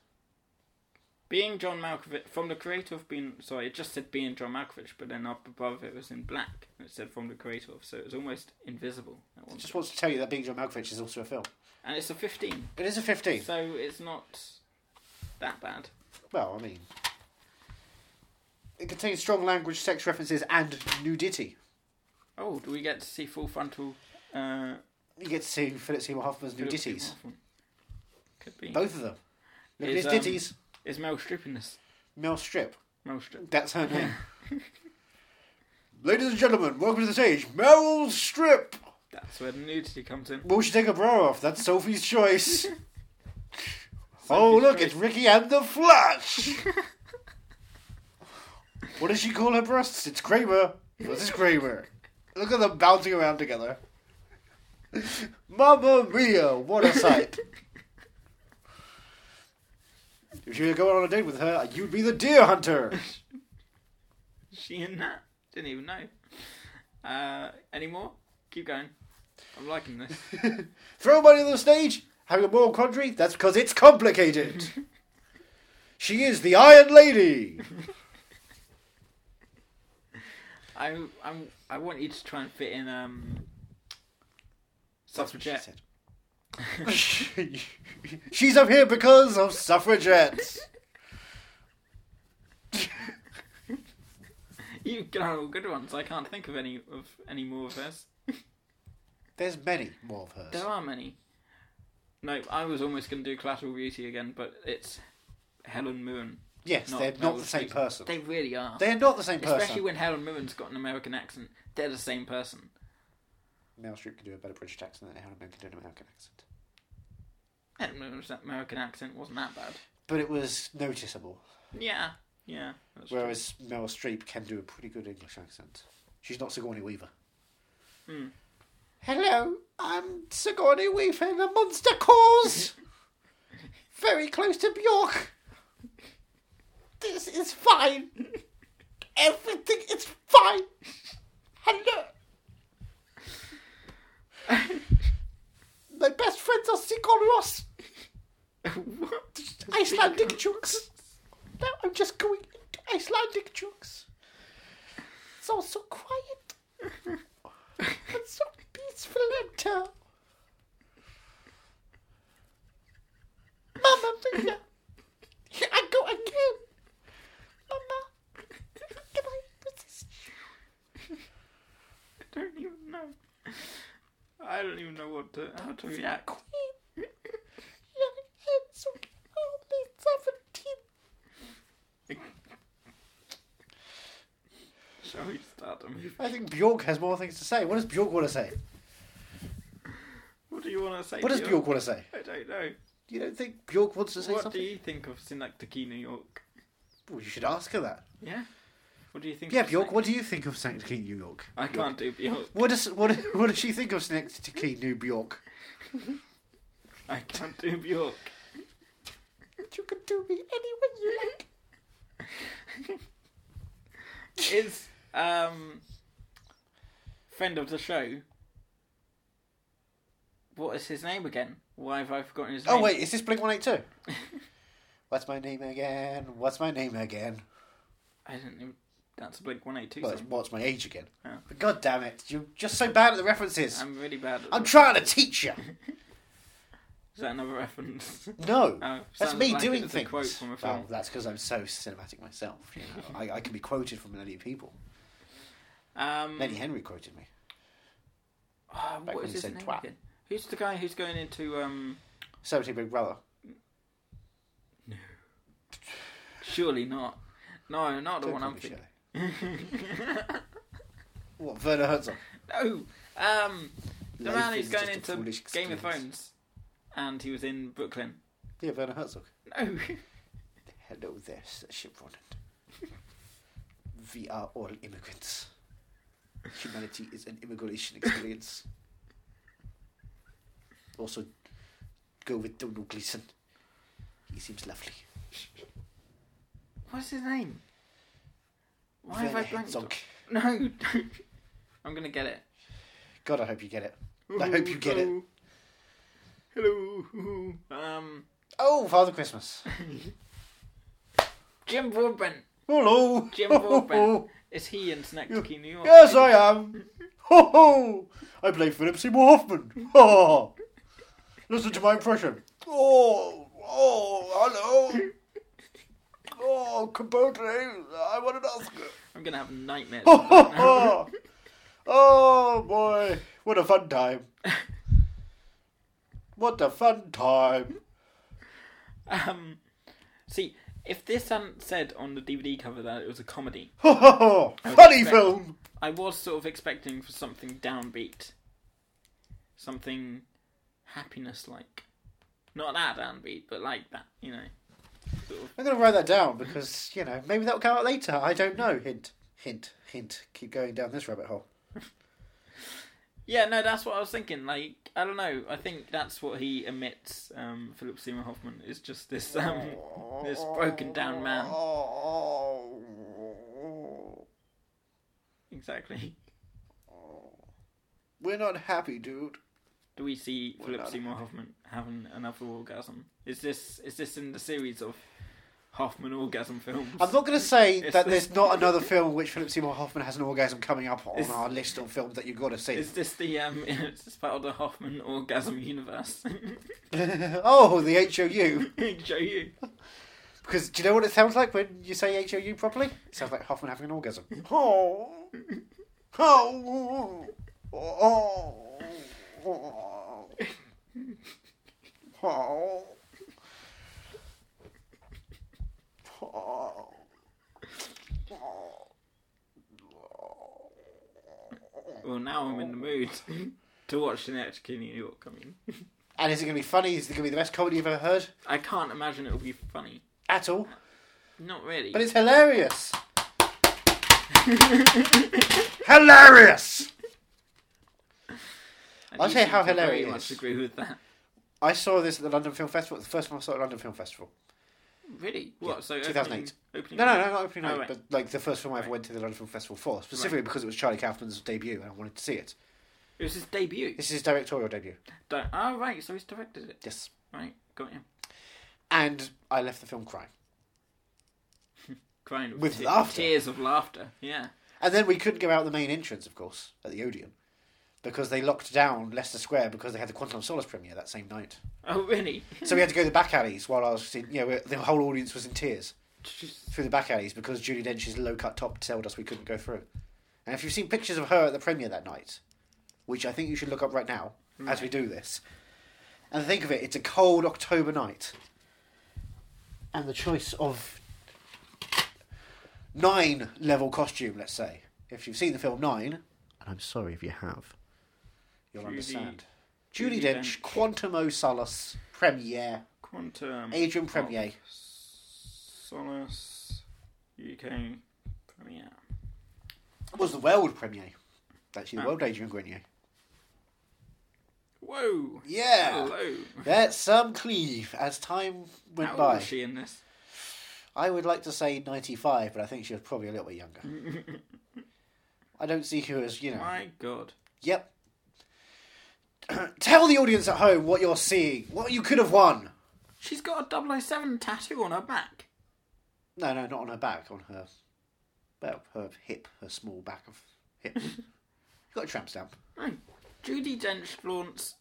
[SPEAKER 2] Being John Malkovich from the creator of being sorry, it just said being John Malkovich, but then up above it was in black and it said from the creator of, so it was almost invisible. At one
[SPEAKER 1] Just
[SPEAKER 2] point.
[SPEAKER 1] wants to tell you that Being John Malkovich is also a film.
[SPEAKER 2] And it's a fifteen,
[SPEAKER 1] It is a 15.
[SPEAKER 2] so it's not that bad.
[SPEAKER 1] Well, I mean, it contains strong language, sex references, and nudity.
[SPEAKER 2] Oh, do we get to see full frontal? Uh,
[SPEAKER 1] You get to see Philip Seymour Hoffman's
[SPEAKER 2] Philip
[SPEAKER 1] nudities.
[SPEAKER 2] Seymour Hoffman? Could be.
[SPEAKER 1] Both of them. Look at
[SPEAKER 2] Is,
[SPEAKER 1] his
[SPEAKER 2] um,
[SPEAKER 1] ditties.
[SPEAKER 2] Is Mel Strip in this?
[SPEAKER 1] Mel Strip.
[SPEAKER 2] Mel Strip.
[SPEAKER 1] That's her name. Ladies and gentlemen, welcome to the stage, Meryl Strip.
[SPEAKER 2] That's where the nudity comes in.
[SPEAKER 1] Will she take a bra off? That's Sophie's choice. oh,
[SPEAKER 2] Sophie's
[SPEAKER 1] look,
[SPEAKER 2] choice.
[SPEAKER 1] it's Ricky and the Flash. what does she call her breasts? It's Kramer. This is Kramer. Look at them bouncing around together. Mamma mia, what a sight. if you were going on a date with her, you'd be the deer hunter.
[SPEAKER 2] Is she in that? Didn't even know. Uh, any more? Keep going. I'm liking this.
[SPEAKER 1] Throw money on the stage, having a moral quandary, that's because it's complicated. she is the Iron Lady.
[SPEAKER 2] I I'm, I want you to try and fit in um suffragette.
[SPEAKER 1] said. She's up here because of suffragettes.
[SPEAKER 2] You got all good ones. I can't think of any of any more of hers.
[SPEAKER 1] There's many more of hers.
[SPEAKER 2] There are many. No, I was almost going to do Collateral Beauty again, but it's Helen Mirren.
[SPEAKER 1] yes,
[SPEAKER 2] Not-
[SPEAKER 1] they're
[SPEAKER 2] no,
[SPEAKER 1] not the
[SPEAKER 2] it's
[SPEAKER 1] same
[SPEAKER 2] like-
[SPEAKER 1] person.
[SPEAKER 2] They really are.
[SPEAKER 1] They're not the same
[SPEAKER 2] Especially
[SPEAKER 1] person.
[SPEAKER 2] when Helen Mirren's got an American accent. They're the same person.
[SPEAKER 1] Meryl Streep can do a better British accent than Helen Mirren can do an American accent.
[SPEAKER 2] Helen Mirren's American accent wasn't that bad.
[SPEAKER 1] But it was noticeable.
[SPEAKER 2] Yeah, yeah. That's true.
[SPEAKER 1] Whereas Meryl Streep can do a pretty good English accent. She's not Sigourney Weaver.
[SPEAKER 2] Hmm.
[SPEAKER 1] Hello, I'm Sigourney Weaver in a monster cause. Very close to Bjork. This is fine. Everything is fine. Hello. My best friends are Sigurros,
[SPEAKER 2] What?
[SPEAKER 1] Icelandic jokes. Now I'm just going into Icelandic jokes. It's all so quiet and so peaceful and dull. Mamma mia! Here I go again! Mama! Can I resist
[SPEAKER 2] I don't even know. I don't even know what to how to react.
[SPEAKER 1] Queen? Your hands so oh, Lisa,
[SPEAKER 2] that movie.
[SPEAKER 1] I think Bjork has more things to say. What does Bjork want to say?
[SPEAKER 2] What do you want to say?
[SPEAKER 1] What does
[SPEAKER 2] Bjorn?
[SPEAKER 1] Bjork want to say?
[SPEAKER 2] I don't know.
[SPEAKER 1] You don't think Bjork wants to say
[SPEAKER 2] What
[SPEAKER 1] something?
[SPEAKER 2] do you think of Synecdoche, New York?
[SPEAKER 1] Well, you should ask her that.
[SPEAKER 2] Yeah. What do you think?
[SPEAKER 1] Yeah,
[SPEAKER 2] of
[SPEAKER 1] Bjork,
[SPEAKER 2] Syne-
[SPEAKER 1] what do you think of Synecdoche, New York?
[SPEAKER 2] I can't do Bjork.
[SPEAKER 1] What does what what does she think of Synecdoche, New Bjork?
[SPEAKER 2] I can't do Bjork.
[SPEAKER 1] You can do me anyway you like.
[SPEAKER 2] Is um friend of the show. What is his name again? Why have I forgotten his name?
[SPEAKER 1] Oh wait, is this Blink One Eight Two? What's my name again? What's my name again?
[SPEAKER 2] I didn't know. That's Blink One Eight Two.
[SPEAKER 1] Well, it's, what's my age again?
[SPEAKER 2] Yeah.
[SPEAKER 1] But God damn it, you're just so bad at the references. I'm,
[SPEAKER 2] I'm really bad. At this.
[SPEAKER 1] trying to teach you.
[SPEAKER 2] Is that another reference?
[SPEAKER 1] No,
[SPEAKER 2] Oh,
[SPEAKER 1] that's
[SPEAKER 2] sounded
[SPEAKER 1] me
[SPEAKER 2] like
[SPEAKER 1] doing
[SPEAKER 2] it was
[SPEAKER 1] things.
[SPEAKER 2] A quote from a
[SPEAKER 1] Well,
[SPEAKER 2] film.
[SPEAKER 1] that's because I'm so cinematic myself. You know, I, I can be quoted from many people.
[SPEAKER 2] Um,
[SPEAKER 1] Lenny Henry quoted me.
[SPEAKER 2] oh,
[SPEAKER 1] back
[SPEAKER 2] what
[SPEAKER 1] when
[SPEAKER 2] is
[SPEAKER 1] he
[SPEAKER 2] his
[SPEAKER 1] said
[SPEAKER 2] name
[SPEAKER 1] twat.
[SPEAKER 2] again? Who's the guy who's going into um?
[SPEAKER 1] Celebrity Big Brother.
[SPEAKER 2] Surely not. No, not the
[SPEAKER 1] Don't
[SPEAKER 2] one
[SPEAKER 1] call
[SPEAKER 2] I'm
[SPEAKER 1] me
[SPEAKER 2] thinking.
[SPEAKER 1] Shelley. what Werner Herzog?
[SPEAKER 2] No, um, the
[SPEAKER 1] Life
[SPEAKER 2] man who's
[SPEAKER 1] is
[SPEAKER 2] going
[SPEAKER 1] just a
[SPEAKER 2] into
[SPEAKER 1] foolish
[SPEAKER 2] Game of
[SPEAKER 1] experience.
[SPEAKER 2] Thrones, and he was in Brooklyn.
[SPEAKER 1] Yeah, Werner Herzog.
[SPEAKER 2] No,
[SPEAKER 1] Hello there, Sir Shipronand. we are all immigrants. Humanity is an immigration experience. Also, go with Donald Gleason. He seems lovely.
[SPEAKER 2] what's his name? Why have
[SPEAKER 1] Werner
[SPEAKER 2] I blanked? on-
[SPEAKER 1] Herzog.
[SPEAKER 2] No, I'm gonna get it.
[SPEAKER 1] God, I hope you get it. I hope you get it.
[SPEAKER 2] Hello, um,
[SPEAKER 1] Oh, Father Christmas.
[SPEAKER 2] Jim Broadbent.
[SPEAKER 1] Hello.
[SPEAKER 2] Jim Broadbent. Is he in Synecdoche, New York?
[SPEAKER 1] Yes, I am. Ho ho! I play Philip Seymour Hoffman. Ha! Listen to my impression. Oh, oh, hello. Oh, Capote, I want an Oscar.
[SPEAKER 2] I'm gonna have nightmares.
[SPEAKER 1] Ho ho ho! Oh boy, what a fun time. What a fun time.
[SPEAKER 2] um, see, if this hadn't said on the DVD cover that it was a comedy,
[SPEAKER 1] Ho ho ho! Funny
[SPEAKER 2] expect-
[SPEAKER 1] film.
[SPEAKER 2] I was sort of expecting for something downbeat, something happiness-like. Not that downbeat, but like that, you know. Sort of.
[SPEAKER 1] I'm going to write that down because, you know, maybe that'll come out later. I don't know. Hint, hint, hint. Keep going down this rabbit hole.
[SPEAKER 2] Yeah, no, that's what I was thinking. Like, I don't know. I think that's what he emits. Um, Philip Seymour Hoffman is just this um, this broken down man.
[SPEAKER 1] Oh,
[SPEAKER 2] Exactly.
[SPEAKER 1] We're not happy, dude.
[SPEAKER 2] Do we see
[SPEAKER 1] Well,
[SPEAKER 2] Philip
[SPEAKER 1] not
[SPEAKER 2] Seymour Hoffman having another orgasm? Is this is this in the series of Hoffman orgasm films?
[SPEAKER 1] I'm not going to say
[SPEAKER 2] It's
[SPEAKER 1] that
[SPEAKER 2] the-
[SPEAKER 1] there's not another film in which Philip Seymour Hoffman has an orgasm coming up on
[SPEAKER 2] It's-
[SPEAKER 1] our list of films that you've got to see.
[SPEAKER 2] Is this the um? Is this part of the Hoffman orgasm universe?
[SPEAKER 1] oh, the HOU.
[SPEAKER 2] Show you.
[SPEAKER 1] Because do you know what it sounds like when you say HOU properly? It sounds like Hoffman having an orgasm. Oh. Oh. Oh. Oh. Oh. Oh.
[SPEAKER 2] Well, now I'm in the mood to watch the next King New York. I mean,
[SPEAKER 1] And is it going to be funny? Is it going to be the best comedy you've ever heard?
[SPEAKER 2] I can't imagine it'll be funny.
[SPEAKER 1] At all.
[SPEAKER 2] Not really.
[SPEAKER 1] But it's hilarious. Hilarious!
[SPEAKER 2] And
[SPEAKER 1] I'll
[SPEAKER 2] you
[SPEAKER 1] tell you
[SPEAKER 2] seem
[SPEAKER 1] how
[SPEAKER 2] to very
[SPEAKER 1] hilarious.
[SPEAKER 2] much agree with that.
[SPEAKER 1] I saw this at the London Film Festival. It's the first time I saw it at London Film Festival.
[SPEAKER 2] Really? What? So
[SPEAKER 1] 2008.
[SPEAKER 2] Opening, opening
[SPEAKER 1] No, no, no, not opening
[SPEAKER 2] Oh,
[SPEAKER 1] night,
[SPEAKER 2] right.
[SPEAKER 1] but like the first film I ever
[SPEAKER 2] Right.
[SPEAKER 1] went to the London Film Festival for, specifically because it was Charlie Kaufman's debut and I wanted to see it.
[SPEAKER 2] It was his debut.
[SPEAKER 1] This is his directorial debut.
[SPEAKER 2] Don't- Oh, right. So he's directed it.
[SPEAKER 1] Yes.
[SPEAKER 2] Right. Got him.
[SPEAKER 1] And I left the film crying.
[SPEAKER 2] Crying
[SPEAKER 1] With
[SPEAKER 2] te-
[SPEAKER 1] laughter.
[SPEAKER 2] Tears of laughter. Yeah.
[SPEAKER 1] And then we couldn't go out the main entrance, of course, at the Odeon, because they locked down Leicester Square because they had the Quantum of Solace premiere that same night.
[SPEAKER 2] Oh, really?
[SPEAKER 1] So we had to go to the back alleys while I was, in, you know, the whole audience was in tears through the back alleys because Julie Dench's low cut top told us we couldn't go through. And if you've seen pictures of her at the premiere that night, which I think you should look up right now as we do this, and think of it, it's a cold October night, and the choice of nine level costume, let's say, if you've seen the film Nine, and I'm sorry if you have, you'll
[SPEAKER 2] Judy-
[SPEAKER 1] understand. Judy,
[SPEAKER 2] Judy
[SPEAKER 1] Dench,
[SPEAKER 2] Dench.
[SPEAKER 1] Quantum O Solace, premiere,
[SPEAKER 2] Quantum.
[SPEAKER 1] Adrian
[SPEAKER 2] of
[SPEAKER 1] Premiere.
[SPEAKER 2] Solace. UK. Premiere.
[SPEAKER 1] It was the world premiere. Actually, the
[SPEAKER 2] Oh.
[SPEAKER 1] world Adrian Grenier.
[SPEAKER 2] Whoa.
[SPEAKER 1] Yeah,
[SPEAKER 2] Hello.
[SPEAKER 1] that's some cleave as time went
[SPEAKER 2] How old
[SPEAKER 1] by.
[SPEAKER 2] was she in this?
[SPEAKER 1] I would like to say 95, but I think she was probably a little bit younger. I don't see her as, you know.
[SPEAKER 2] My God.
[SPEAKER 1] Yep. Tell the audience at home what you're seeing, what you could have won.
[SPEAKER 2] She's got a 007 tattoo on her back.
[SPEAKER 1] No, no, not on her back, on her, well, her hip, her small back of hip. you got a tramp stamp.
[SPEAKER 2] Oh. Judy Dench flaunts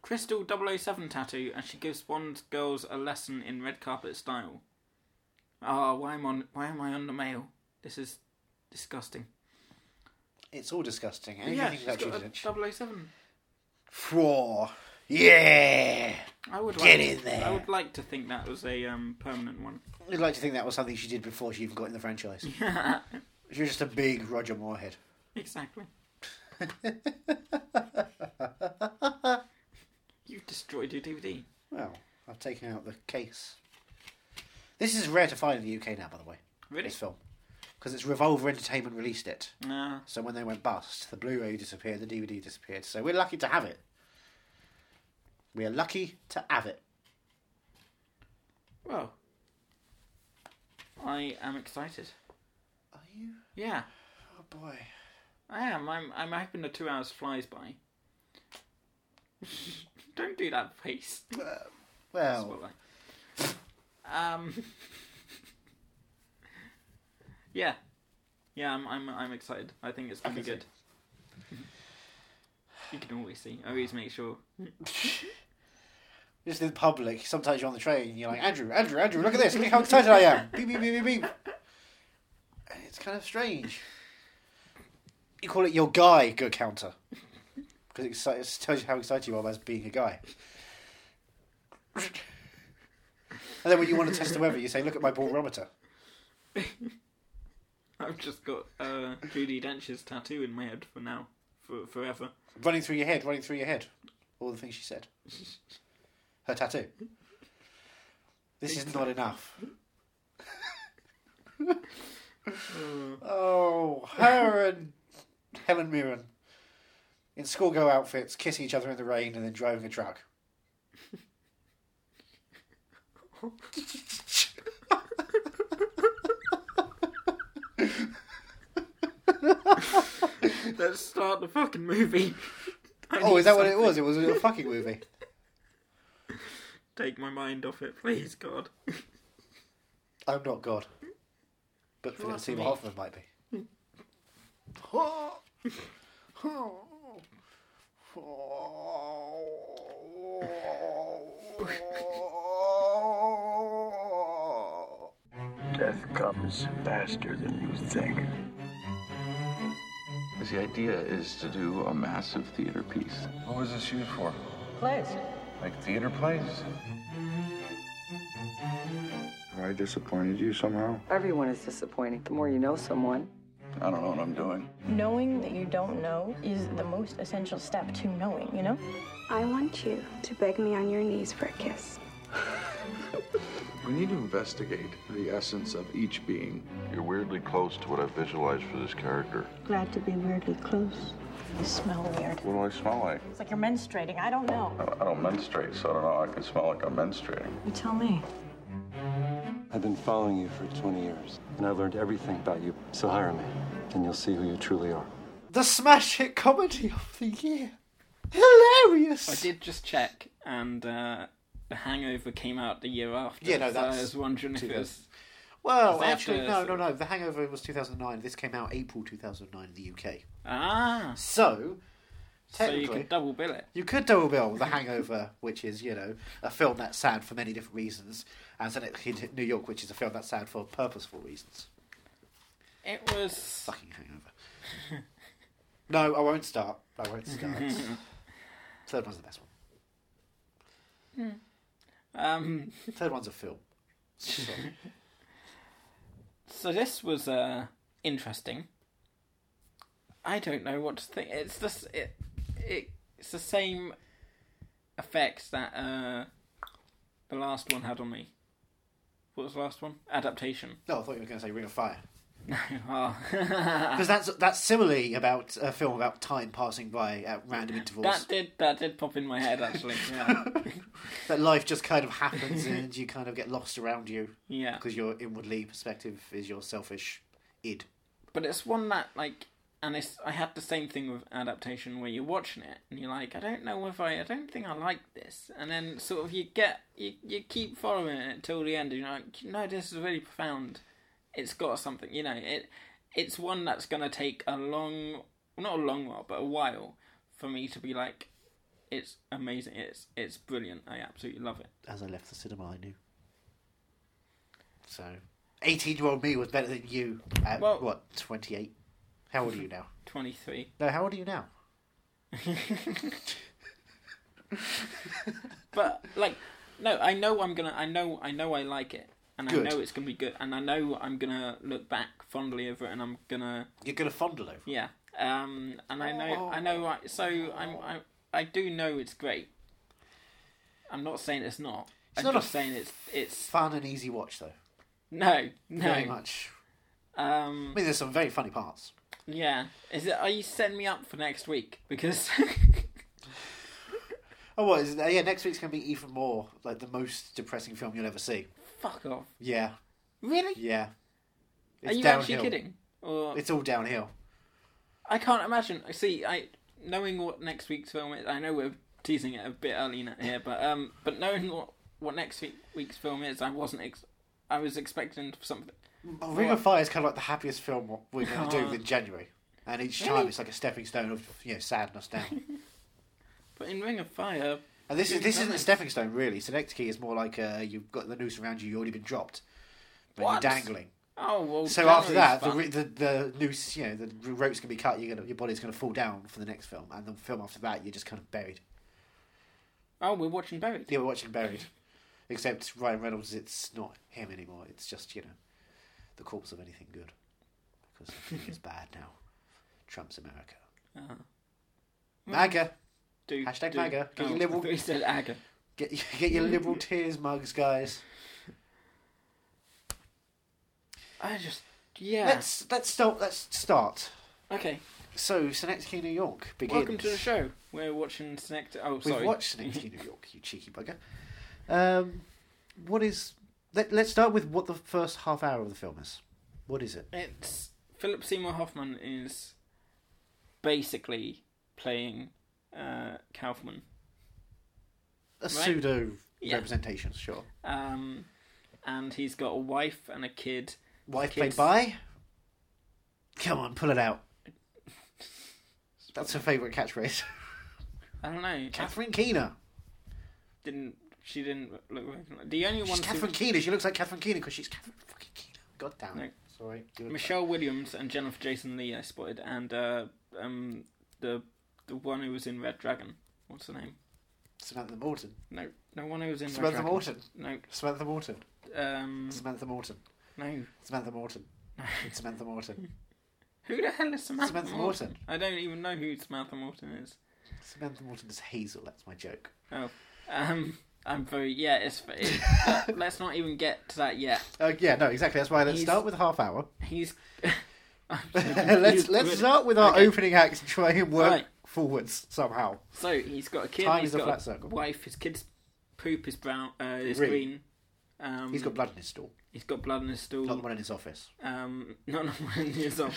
[SPEAKER 2] crystal 007 tattoo and she gives Bond girls a lesson in red carpet style. Ah, why am on? Why am I on the mail? This is disgusting.
[SPEAKER 1] It's all disgusting. Anything
[SPEAKER 2] Yeah, she's
[SPEAKER 1] about
[SPEAKER 2] got
[SPEAKER 1] Judy
[SPEAKER 2] a
[SPEAKER 1] Dench.
[SPEAKER 2] 007.
[SPEAKER 1] Fraw. Yeah.
[SPEAKER 2] I would
[SPEAKER 1] Get
[SPEAKER 2] like
[SPEAKER 1] in
[SPEAKER 2] to,
[SPEAKER 1] there.
[SPEAKER 2] I would like to think that was a um, permanent one.
[SPEAKER 1] I'd like to think that was something she did before she even got in the franchise. she was just a big Roger Moorhead.
[SPEAKER 2] exactly. You've destroyed your DVD.
[SPEAKER 1] Well, I've taken out the case. This is rare to find in the UK now, by the way.
[SPEAKER 2] Really?
[SPEAKER 1] This film, because it's Revolver Entertainment released it.
[SPEAKER 2] Nah.
[SPEAKER 1] So when they went bust, the Blu-ray disappeared, the DVD disappeared. So we're lucky to have it. We are lucky to have it.
[SPEAKER 2] Well, I am excited.
[SPEAKER 1] Are you?
[SPEAKER 2] Yeah,
[SPEAKER 1] Oh boy.
[SPEAKER 2] I am. I'm. I'm hoping the two hours flies by. Don't do that face.
[SPEAKER 1] Well,
[SPEAKER 2] Um. yeah, yeah. I'm. I'm. I'm excited. I think it's gonna be
[SPEAKER 1] can
[SPEAKER 2] good. you can always see. I always make sure.
[SPEAKER 1] just in public. Sometimes you're on the train. and You're like Andrew, Andrew, Andrew. Look at this. Look how excited I am. Beep beep beep beep beep. And It's kind of strange. You call it your guy go counter because it exci- it tells you how excited you are as being a guy. And then when you want to test the weather, you say, "Look at my barometer."
[SPEAKER 2] I've just got uh, Judy Dench's tattoo in my head for now, for forever.
[SPEAKER 1] running through your head, running through your head. All the things she said. Her tattoo. This is not enough.
[SPEAKER 2] Mm.
[SPEAKER 1] Oh, her and Helen Mirren in schoolgirl outfits, kissing each other in the rain, and then driving a truck.
[SPEAKER 2] Let's start the fucking movie. I
[SPEAKER 1] Oh,
[SPEAKER 2] need
[SPEAKER 1] is that what it
[SPEAKER 2] something.
[SPEAKER 1] was? It was a little fucking movie.
[SPEAKER 2] Take my mind off it, please, God.
[SPEAKER 1] I'm not God, but
[SPEAKER 2] You are to
[SPEAKER 1] Philip
[SPEAKER 2] me.
[SPEAKER 1] Hoffman might be.
[SPEAKER 3] Death comes faster than you think.
[SPEAKER 4] The idea is to do a massive theater piece.
[SPEAKER 5] What was this used for?
[SPEAKER 6] Plays.
[SPEAKER 5] Like theater plays? Have I disappointed you somehow?
[SPEAKER 6] Everyone is disappointing. The more you know someone,
[SPEAKER 5] I don't know what I'm doing.
[SPEAKER 7] Knowing that you don't know is the most essential step to knowing, you know?
[SPEAKER 8] I want you to beg me on your knees for a kiss.
[SPEAKER 9] We need to investigate the essence of each being.
[SPEAKER 10] You're weirdly close to what I visualized for this character.
[SPEAKER 7] Glad to be weirdly close. You smell weird.
[SPEAKER 3] What do I smell like?
[SPEAKER 7] It's like you're menstruating. I don't know.
[SPEAKER 3] I I don't menstruate, so I don't know. I can smell like I'm menstruating.
[SPEAKER 7] You tell me.
[SPEAKER 5] I've been following you for 20 years, and I've learned everything about you. So hire me, and you'll see who you truly are.
[SPEAKER 1] The smash hit comedy of the year. Hilarious.
[SPEAKER 2] I did just check, and uh, The Hangover came out the year after.
[SPEAKER 1] Yeah, no,
[SPEAKER 2] so
[SPEAKER 1] that's
[SPEAKER 2] I was wondering if it was.
[SPEAKER 1] Well,
[SPEAKER 2] Is that
[SPEAKER 1] actually,
[SPEAKER 2] the-
[SPEAKER 1] no, no, no. The Hangover was 2009. This came out April 2009 in the UK.
[SPEAKER 2] Ah,
[SPEAKER 1] So,
[SPEAKER 2] so
[SPEAKER 1] technically,
[SPEAKER 2] you could double bill it.
[SPEAKER 1] you could double bill The Hangover, which is, you know, a film that's sad for many different reasons, and Sonic Kid New York, which is a film that's sad for purposeful reasons.
[SPEAKER 2] It was.
[SPEAKER 1] Fucking Hangover. no, I won't start. I won't start. Third one's the best one.
[SPEAKER 2] Um,
[SPEAKER 1] Third one's a film. So,
[SPEAKER 2] so this was uh, interesting. I don't know what to think. It's just it, it it's the same effects that uh the last one had on me. What was the last one? Adaptation.
[SPEAKER 1] No, I thought you were going to say Ring of Fire.
[SPEAKER 2] oh.
[SPEAKER 1] Because that's that's similarly about a film about time passing by at random intervals.
[SPEAKER 2] That did that did pop in my head actually. Yeah.
[SPEAKER 1] that life just kind of happens and you kind of get lost around you
[SPEAKER 2] yeah.
[SPEAKER 1] because your inwardly perspective is your selfish id.
[SPEAKER 2] But it's one that like and it's I had the same thing with adaptation where you're watching it and you're like, I don't know if I I don't think I like this and then sort of you get you you keep following it till the end and you're like, no, this is really profound. It's got something, you know, it it's one that's gonna take a long well, not a long while, but a while for me to be like it's amazing, it's it's brilliant, I absolutely love it.
[SPEAKER 1] As I left the cinema, I knew. So, eighteen-year-old me was better than you at
[SPEAKER 2] Well-
[SPEAKER 1] what twenty-eight? How old are you now?
[SPEAKER 2] Twenty three.
[SPEAKER 1] No, how old are you now?
[SPEAKER 2] but like no i know i'm gonna i know i know i like it and
[SPEAKER 1] Good.
[SPEAKER 2] i know it's gonna be good and i know i'm gonna look back fondly over it and i'm gonna
[SPEAKER 1] You're gonna fondle over. it.
[SPEAKER 2] yeah um and i know i know I, so i'm I, I do know it's great i'm not saying it's not i'm
[SPEAKER 1] not a
[SPEAKER 2] just saying it's it's
[SPEAKER 1] Fun and easy watch though.
[SPEAKER 2] no
[SPEAKER 1] Very
[SPEAKER 2] no
[SPEAKER 1] much.
[SPEAKER 2] um
[SPEAKER 1] I mean, there's some very funny parts.
[SPEAKER 2] yeah is it are you setting me up for next week because
[SPEAKER 1] Oh, what is it? Yeah, next week's gonna be even more like the most depressing film you'll ever see.
[SPEAKER 2] fuck off
[SPEAKER 1] Yeah,
[SPEAKER 2] really
[SPEAKER 1] yeah. It's
[SPEAKER 2] are you
[SPEAKER 1] downhill.
[SPEAKER 2] actually kidding or
[SPEAKER 1] It's all downhill.
[SPEAKER 2] I can't imagine. See, I knowing what next week's film is, I know we're teasing it a bit early now here, but um, but knowing what what next week, week's film is, I wasn't. Ex- I was expecting something.
[SPEAKER 1] Oh, Ring of Fire is kind of like the happiest film we're going to do
[SPEAKER 2] Aw.
[SPEAKER 1] in January, and each time it's like a stepping stone of you know sadness down.
[SPEAKER 2] But in Ring of Fire,
[SPEAKER 1] And this is this isn't a
[SPEAKER 2] Nice.
[SPEAKER 1] stepping stone really. So next key is more like uh, you've got the noose around you. You've already been dropped, but
[SPEAKER 2] What?
[SPEAKER 1] you're dangling.
[SPEAKER 2] oh well.
[SPEAKER 1] So after that, the,
[SPEAKER 2] January's
[SPEAKER 1] re- the the noose, you know, the rope's gonna be cut. You're gonna your body's gonna fall down for the next film, and the film after that, you're just kind of buried.
[SPEAKER 2] fun. oh, we're watching Buried.
[SPEAKER 1] Yeah, we're watching Buried, except Ryan Reynolds. It's not him anymore. It's just you know, the corpse of anything good, because it's bad now. Trump's America.
[SPEAKER 2] Uh,
[SPEAKER 1] MAGA.
[SPEAKER 2] do,
[SPEAKER 1] Hashtag
[SPEAKER 2] do-
[SPEAKER 1] MAGA. Get
[SPEAKER 2] Oh,
[SPEAKER 1] your liberal-
[SPEAKER 2] I thought you said Aga.
[SPEAKER 1] Get get your liberal tears mugs, guys.
[SPEAKER 2] I just yeah.
[SPEAKER 1] Let's let's start. Let's start.
[SPEAKER 2] Okay,
[SPEAKER 1] So, Synecdoche, New York begins.
[SPEAKER 2] welcome to the show. We're watching Snect. Oh,
[SPEAKER 1] We've
[SPEAKER 2] sorry.
[SPEAKER 1] watched Synecdoche, New York. You cheeky bugger. Um, what is? Let, let's start with what the first half hour of the film is. What is it?
[SPEAKER 2] It's Philip Seymour Hoffman is basically playing uh, Kaufman.
[SPEAKER 1] A pseudo
[SPEAKER 2] Yeah.
[SPEAKER 1] representation, sure.
[SPEAKER 2] Um, and he's got a wife and a kid.
[SPEAKER 1] Wife
[SPEAKER 2] Kids.
[SPEAKER 1] played by. Come on, pull it out. That's her favourite catchphrase.
[SPEAKER 2] I don't know.
[SPEAKER 1] Catherine Keener.
[SPEAKER 2] I didn't she didn't look recognised. The only one
[SPEAKER 1] She's Catherine Keener. She looks like Catherine Keener because she's Catherine fucking Keener. God damn it. Sorry. Good.
[SPEAKER 2] Michelle Williams and Jennifer Jason Lee I spotted, and uh, um, the the one who was in Red Dragon. What's her name?
[SPEAKER 1] Samantha Morton.
[SPEAKER 2] No, no one who was in
[SPEAKER 1] Samantha
[SPEAKER 2] Red
[SPEAKER 1] Morton.
[SPEAKER 2] Dragon.
[SPEAKER 1] Samantha Morton.
[SPEAKER 2] No, um,
[SPEAKER 1] Samantha Morton.
[SPEAKER 2] no.
[SPEAKER 1] Samantha Morton. Samantha Morton.
[SPEAKER 2] Who the hell is Samantha,
[SPEAKER 1] Samantha
[SPEAKER 2] Morton?
[SPEAKER 1] Morton.
[SPEAKER 2] I don't even know who Samantha Morton is.
[SPEAKER 1] Samantha Morton is Hazel. That's my joke.
[SPEAKER 2] Oh, um, I'm very yeah. It's it, uh, let's not even get to that yet.
[SPEAKER 1] Uh, yeah, no, exactly. That's why let's
[SPEAKER 2] He's-
[SPEAKER 1] start with half hour.
[SPEAKER 2] He's
[SPEAKER 1] let's let's
[SPEAKER 2] good.
[SPEAKER 1] start with our
[SPEAKER 2] Okay.
[SPEAKER 1] opening act and try and work
[SPEAKER 2] Right.
[SPEAKER 1] forwards somehow.
[SPEAKER 2] so he's got a kid.
[SPEAKER 1] Time
[SPEAKER 2] he's
[SPEAKER 1] is a
[SPEAKER 2] got
[SPEAKER 1] flat circle.
[SPEAKER 2] Wife. His kid's poop is brown. Uh, is
[SPEAKER 1] Green.
[SPEAKER 2] green. Um,
[SPEAKER 1] He's got blood in his stool,
[SPEAKER 2] he's got blood in his stool.
[SPEAKER 1] not the one in his office.
[SPEAKER 2] um, not the one in his office.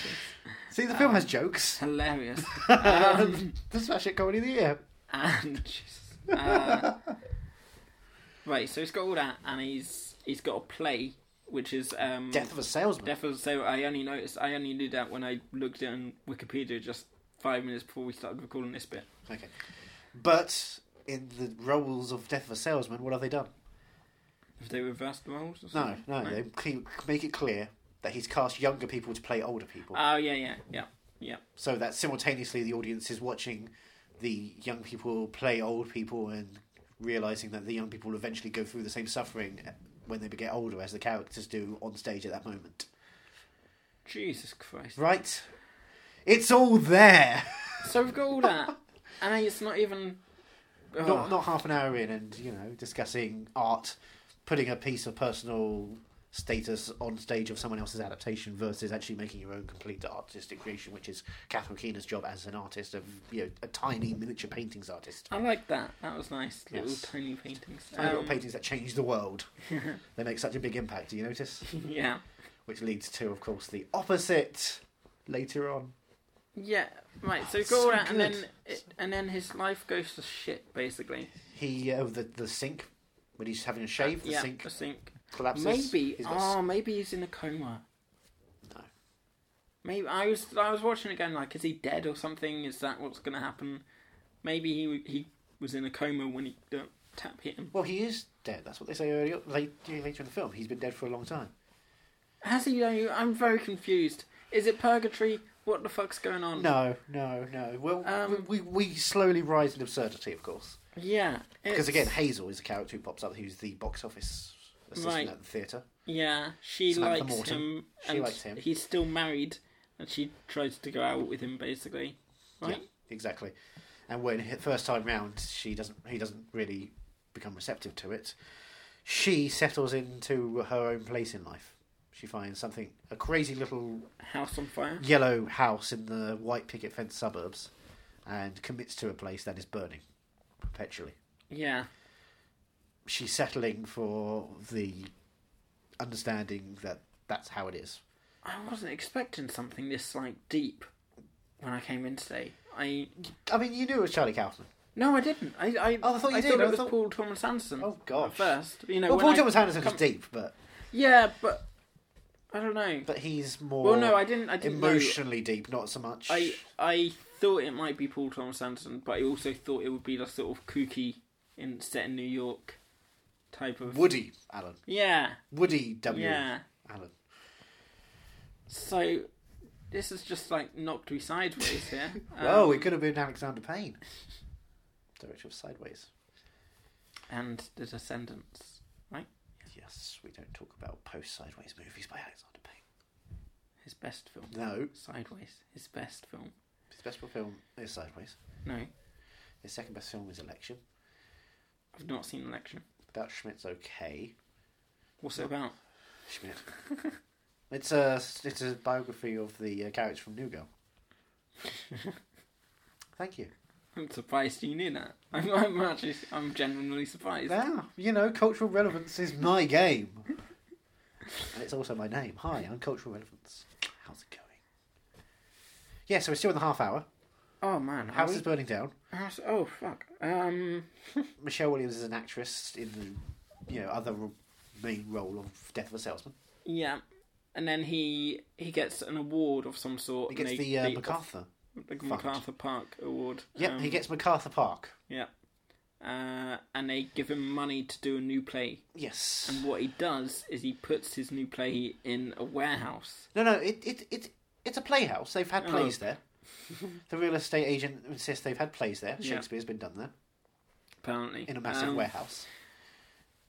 [SPEAKER 1] See, the film
[SPEAKER 2] Ah.
[SPEAKER 1] has jokes.
[SPEAKER 2] Hilarious.
[SPEAKER 1] the smash it comedy of the year.
[SPEAKER 2] and Jesus. Uh, right, so he's got all that, and he's he's got a play, which is um,
[SPEAKER 1] Death of a salesman.
[SPEAKER 2] Definitely. So I only noticed. I only knew that when I looked it on Wikipedia just five minutes before we started recording this bit.
[SPEAKER 1] Okay, but in the roles of Death of a salesman, what have they done?
[SPEAKER 2] If they reversed the roles, or
[SPEAKER 1] No,
[SPEAKER 2] something?
[SPEAKER 1] no, they cl- make it clear that he's cast younger people to play older people.
[SPEAKER 2] Oh yeah, yeah, yeah, yeah.
[SPEAKER 1] so that simultaneously the audience is watching the young people play old people and realizing that the young people will eventually go through the same suffering when they get older as the characters do on stage at that moment
[SPEAKER 2] Jesus Christ.
[SPEAKER 1] right It's all there.
[SPEAKER 2] So we've got all that, and it's not even. oh, Ugh.
[SPEAKER 1] Not not half an hour in, and you know, discussing art, putting a piece of personal status on stage of someone else's adaptation versus actually making your own complete artistic creation, which is Catherine Keener's job as an artist of you know a tiny miniature paintings artist.
[SPEAKER 2] I like that. That was nice. Little
[SPEAKER 1] Yes.
[SPEAKER 2] tiny paintings.
[SPEAKER 1] Tiny little
[SPEAKER 2] Um,
[SPEAKER 1] paintings that change the world. they make such a big impact. Do you notice?
[SPEAKER 2] Yeah.
[SPEAKER 1] Which leads to, of course, the opposite later on.
[SPEAKER 2] Yeah. Right. So we've got
[SPEAKER 1] So
[SPEAKER 2] all that, and then
[SPEAKER 1] good.
[SPEAKER 2] it, and then his life goes to shit basically.
[SPEAKER 1] He uh, the the sink when he's having a shave, the
[SPEAKER 2] Uh, yeah.
[SPEAKER 1] sink
[SPEAKER 2] The sink.
[SPEAKER 1] collapses.
[SPEAKER 2] Maybe.
[SPEAKER 1] He's got
[SPEAKER 2] Oh, maybe he's in a coma.
[SPEAKER 1] No.
[SPEAKER 2] Maybe I was I was watching it going like, is he dead or something? Is that what's going to happen? Maybe he he was in a coma when he the tap hit him.
[SPEAKER 1] Well, he is dead. That's what they say earlier, late, later in the film. He's been dead for a long time.
[SPEAKER 2] Has he? though? I'm very confused. Is it purgatory? What the fuck's going on?
[SPEAKER 1] No, no, no. Well,
[SPEAKER 2] Um,
[SPEAKER 1] we, we slowly rise in absurdity, of course.
[SPEAKER 2] Yeah.
[SPEAKER 1] Because
[SPEAKER 2] it's-
[SPEAKER 1] again, Hazel is a character who pops up who's the box office assistant
[SPEAKER 2] Right.
[SPEAKER 1] at the theatre.
[SPEAKER 2] Yeah, she
[SPEAKER 1] Samantha
[SPEAKER 2] likes
[SPEAKER 1] Morton.
[SPEAKER 2] him,
[SPEAKER 1] She
[SPEAKER 2] and
[SPEAKER 1] likes him.
[SPEAKER 2] he's still married, and she tries to go out with him basically. Right?
[SPEAKER 1] Exactly. And when he- first time round, she doesn't. He doesn't really become receptive to it. She settles into her own place in life. She finds something a crazy little
[SPEAKER 2] House on fire.
[SPEAKER 1] yellow house in the white picket fence suburbs, and commits to a place that is burning perpetually.
[SPEAKER 2] Yeah.
[SPEAKER 1] she's settling for the understanding that that's how it is.
[SPEAKER 2] I wasn't expecting something this like deep when I came in today. I
[SPEAKER 1] I mean, you knew it was Charlie Kaufman.
[SPEAKER 2] no, I didn't. I I,
[SPEAKER 1] Oh, I thought you did. I
[SPEAKER 2] it was
[SPEAKER 1] thought-
[SPEAKER 2] Paul Thomas Anderson.
[SPEAKER 1] Oh, gosh.
[SPEAKER 2] At first, you know.
[SPEAKER 1] well,
[SPEAKER 2] when
[SPEAKER 1] Paul
[SPEAKER 2] I
[SPEAKER 1] Thomas Anderson
[SPEAKER 2] come-
[SPEAKER 1] is deep, but
[SPEAKER 2] Yeah, but I don't know.
[SPEAKER 1] but he's more.
[SPEAKER 2] Well, no, I didn't- I didn't know-
[SPEAKER 1] emotionally deep, not so much.
[SPEAKER 2] I I thought it might be Paul Thomas Anderson, but I also thought it would be the sort of kooky in set in New York type of
[SPEAKER 1] Woody Allen,
[SPEAKER 2] Yeah,
[SPEAKER 1] Woody W.
[SPEAKER 2] yeah.
[SPEAKER 1] Allen.
[SPEAKER 2] So this is just like knocked me sideways here. Um,
[SPEAKER 1] Oh, it could have been Alexander Payne, director of Sideways.
[SPEAKER 2] and the Descendants, right?
[SPEAKER 1] Yes, we don't talk about post Sideways movies by Alexander Payne.
[SPEAKER 2] His best film.
[SPEAKER 1] No,
[SPEAKER 2] Sideways. His best film.
[SPEAKER 1] his best film is Sideways.
[SPEAKER 2] No,
[SPEAKER 1] His second best film is Election.
[SPEAKER 2] I've not seen Election.
[SPEAKER 1] About Schmidt's okay.
[SPEAKER 2] What's it about?
[SPEAKER 1] Schmidt. it's a it's a biography of the uh, character from New Girl. Thank you.
[SPEAKER 2] I'm surprised you knew that. I'm, I'm actually, I'm genuinely surprised.
[SPEAKER 1] Wow, you know, cultural relevance is my game, and it's also my name. Hi, I'm cultural relevance. How's it going? Yeah, so we're still in the half hour.
[SPEAKER 2] Oh man,
[SPEAKER 1] House
[SPEAKER 2] are
[SPEAKER 1] is
[SPEAKER 2] we-
[SPEAKER 1] burning down.
[SPEAKER 2] house, oh fuck. Um,
[SPEAKER 1] Michelle Williams is an actress in the you know other r- main role of Death of a Salesman.
[SPEAKER 2] yeah. And then he he gets an award of some sort.
[SPEAKER 1] He
[SPEAKER 2] and
[SPEAKER 1] gets
[SPEAKER 2] they-
[SPEAKER 1] the uh,
[SPEAKER 2] they-
[SPEAKER 1] MacArthur.
[SPEAKER 2] the MacArthur Park Award.
[SPEAKER 1] Yep,
[SPEAKER 2] Um,
[SPEAKER 1] he gets MacArthur Park.
[SPEAKER 2] Yeah. Uh, and they give him money to do a new play.
[SPEAKER 1] Yes.
[SPEAKER 2] And what he does is he puts his new play in a warehouse.
[SPEAKER 1] No, no, it, it, it, it's a playhouse. They've had
[SPEAKER 2] Oh.
[SPEAKER 1] plays there. the real estate agent insists they've had plays there.
[SPEAKER 2] Yeah.
[SPEAKER 1] Shakespeare's been done there
[SPEAKER 2] Apparently,
[SPEAKER 1] in a massive
[SPEAKER 2] Um,
[SPEAKER 1] warehouse.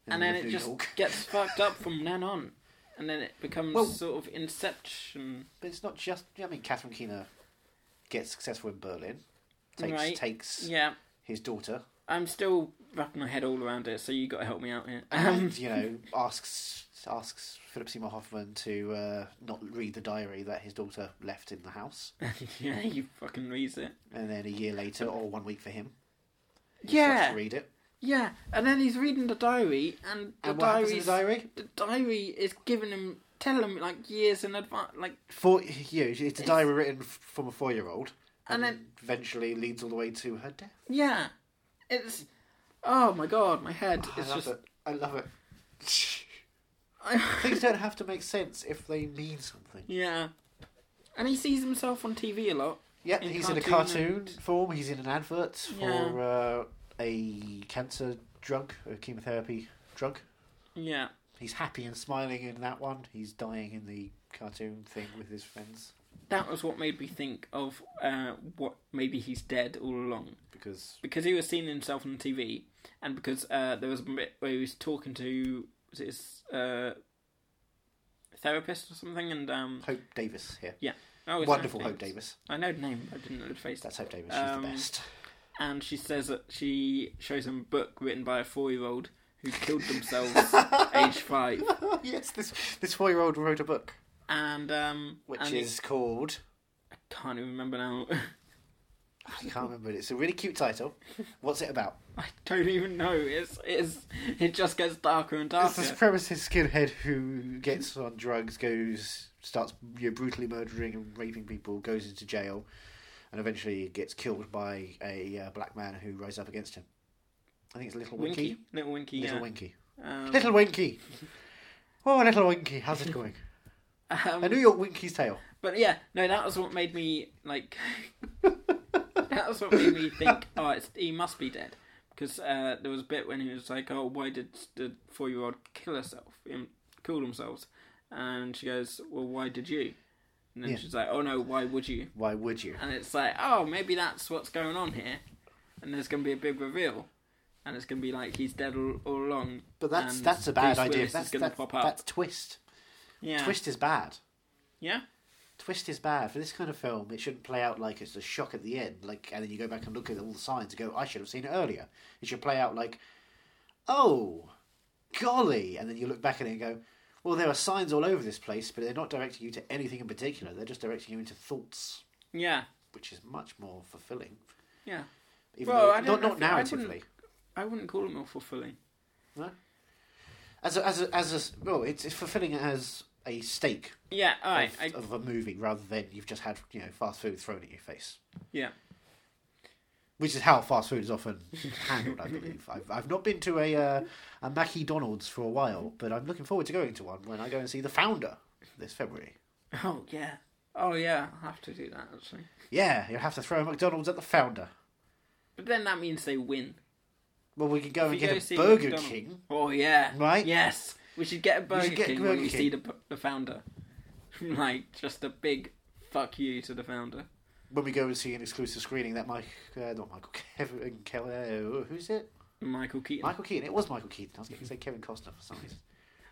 [SPEAKER 1] in
[SPEAKER 2] And then
[SPEAKER 1] New
[SPEAKER 2] it just
[SPEAKER 1] York.
[SPEAKER 2] gets fucked up from then on. And then it becomes
[SPEAKER 1] Well-
[SPEAKER 2] sort of Inception.
[SPEAKER 1] But it's not just. I mean, Catherine Keener gets successful in Berlin. Takes
[SPEAKER 2] Right.
[SPEAKER 1] takes
[SPEAKER 2] Yeah,
[SPEAKER 1] his daughter
[SPEAKER 2] I'm still wrapping my head all around it. So you got to help me out here. Um,
[SPEAKER 1] and you know asks asks Philip Seymour Hoffman to uh, not read the diary that his daughter left in the house,
[SPEAKER 2] yeah, you fucking reads it.
[SPEAKER 1] and then a year later or one week for him, he has
[SPEAKER 2] Yeah,
[SPEAKER 1] to read it.
[SPEAKER 2] yeah. And then he's reading the diary, and the
[SPEAKER 1] And what happens in the
[SPEAKER 2] diary's-
[SPEAKER 1] diary?
[SPEAKER 2] the diary is giving him telling him like years in advance like
[SPEAKER 1] Four, yeah, it's a diary written f- from a four-year-old,
[SPEAKER 2] And
[SPEAKER 1] and,
[SPEAKER 2] then-
[SPEAKER 1] eventually leads all the way to her death.
[SPEAKER 2] yeah it's oh my god my head
[SPEAKER 1] I
[SPEAKER 2] is
[SPEAKER 1] love
[SPEAKER 2] just
[SPEAKER 1] it. I love it.
[SPEAKER 2] I,
[SPEAKER 1] Things don't have to make sense if they mean something.
[SPEAKER 2] yeah and he sees himself on tv a lot
[SPEAKER 1] Yep,
[SPEAKER 2] In
[SPEAKER 1] he's in a
[SPEAKER 2] cartoon
[SPEAKER 1] cartoon
[SPEAKER 2] and-
[SPEAKER 1] form. He's in an advert for
[SPEAKER 2] Yeah.
[SPEAKER 1] uh, a cancer drug, a chemotherapy drug.
[SPEAKER 2] yeah
[SPEAKER 1] He's happy and smiling in that one. He's dying in the cartoon thing with his friends
[SPEAKER 2] that was what made me think of uh what maybe he's dead all along
[SPEAKER 1] because
[SPEAKER 2] because he was seeing himself on tv and because uh there was a bit where he was talking to was it his uh therapist or something and um
[SPEAKER 1] Hope Davis here.
[SPEAKER 2] Yeah. Oh, it's
[SPEAKER 1] Wonderful
[SPEAKER 2] Hope
[SPEAKER 1] Hope Davis.
[SPEAKER 2] I know the name, I didn't know the face.
[SPEAKER 1] That's Hope Davis. She's
[SPEAKER 2] Um,
[SPEAKER 1] the best.
[SPEAKER 2] And she says that she shows him a book written by a four year old who killed themselves age five.
[SPEAKER 1] yes, this this four year old wrote a book
[SPEAKER 2] And, um.
[SPEAKER 1] which
[SPEAKER 2] and
[SPEAKER 1] is called
[SPEAKER 2] I can't even remember now.
[SPEAKER 1] I can't remember. It's a really cute title. What's it about?
[SPEAKER 2] I don't even know. It's, it's, it just gets darker and darker.
[SPEAKER 1] This supremacist skinhead who gets on drugs, goes starts you know, brutally murdering and raping people, goes into jail, and eventually gets killed by a uh, black man who rose up against him. I think it's Little Winky.
[SPEAKER 2] Winky? Little Winky,
[SPEAKER 1] Little
[SPEAKER 2] yeah.
[SPEAKER 1] Winky.
[SPEAKER 2] Um,
[SPEAKER 1] Little Winky. Oh, Little Winky, how's it going?
[SPEAKER 2] um,
[SPEAKER 1] A New York Winky's Tale.
[SPEAKER 2] But yeah, no, that was what made me like. that was what made me think. Oh, it's, he must be dead because uh, there was a bit when he was like, "Oh, why did the four-year-old kill herself? Um, Kill themselves?" And she goes, "Well, why did you?" And then
[SPEAKER 1] Yeah.
[SPEAKER 2] she's like, "Oh no, why would you?"
[SPEAKER 1] Why would you?
[SPEAKER 2] And it's like, "Oh, maybe that's what's going on here." And there's gonna be a big reveal, and it's gonna be like he's dead all, all along.
[SPEAKER 1] But that's
[SPEAKER 2] and
[SPEAKER 1] that's a bad
[SPEAKER 2] Bruce
[SPEAKER 1] idea.
[SPEAKER 2] Willis is
[SPEAKER 1] That's
[SPEAKER 2] gonna
[SPEAKER 1] that's,
[SPEAKER 2] pop up.
[SPEAKER 1] that's twist.
[SPEAKER 2] yeah,
[SPEAKER 1] Twist is bad.
[SPEAKER 2] yeah.
[SPEAKER 1] Twist is bad for this kind of film. It shouldn't play out like it's a shock at the end, like, and then you go back and look at all the signs and go, "I should have seen it earlier." It should play out like, "Oh, golly," and then you look back at it and go, "Well, there are signs all over this place, but they're not directing you to anything in particular. They're just directing you into thoughts,
[SPEAKER 2] Yeah,
[SPEAKER 1] which is much more fulfilling."
[SPEAKER 2] yeah.
[SPEAKER 1] Even
[SPEAKER 2] Well,
[SPEAKER 1] though,
[SPEAKER 2] I don't
[SPEAKER 1] not
[SPEAKER 2] know
[SPEAKER 1] not
[SPEAKER 2] if it- I wouldn't-
[SPEAKER 1] narratively.
[SPEAKER 2] I wouldn't call it more fulfilling.
[SPEAKER 1] No. As a, as a, as a well, it's, it's fulfilling as a stake
[SPEAKER 2] Yeah, all right.
[SPEAKER 1] of,
[SPEAKER 2] I,
[SPEAKER 1] of a movie rather than you've just had you know fast food thrown at your face,
[SPEAKER 2] yeah.
[SPEAKER 1] which is how fast food is often handled. I believe I've I've not been to a uh, a McDonald's for a while, but I'm looking forward to going to one when I go and see the founder this February.
[SPEAKER 2] Oh yeah. Oh yeah. I'll have to do that actually.
[SPEAKER 1] Yeah, you'll have to throw a McDonald's at the founder.
[SPEAKER 2] But then that means they win.
[SPEAKER 1] Well, we can go and
[SPEAKER 2] If you go
[SPEAKER 1] get
[SPEAKER 2] see
[SPEAKER 1] a Burger
[SPEAKER 2] McDonald's-
[SPEAKER 1] King.
[SPEAKER 2] Oh yeah.
[SPEAKER 1] Right?
[SPEAKER 2] Yes. We should get a Burger
[SPEAKER 1] get
[SPEAKER 2] King
[SPEAKER 1] Burger
[SPEAKER 2] when we
[SPEAKER 1] King.
[SPEAKER 2] see the the founder. like just a big fuck you to the founder.
[SPEAKER 1] When we go and see an exclusive screening, that Mike, uh, not Michael, Kevin, Kelly, who's it?
[SPEAKER 2] Michael Keaton.
[SPEAKER 1] Michael Keaton. It was Michael Keaton. I was going to say Kevin Costner for some reason.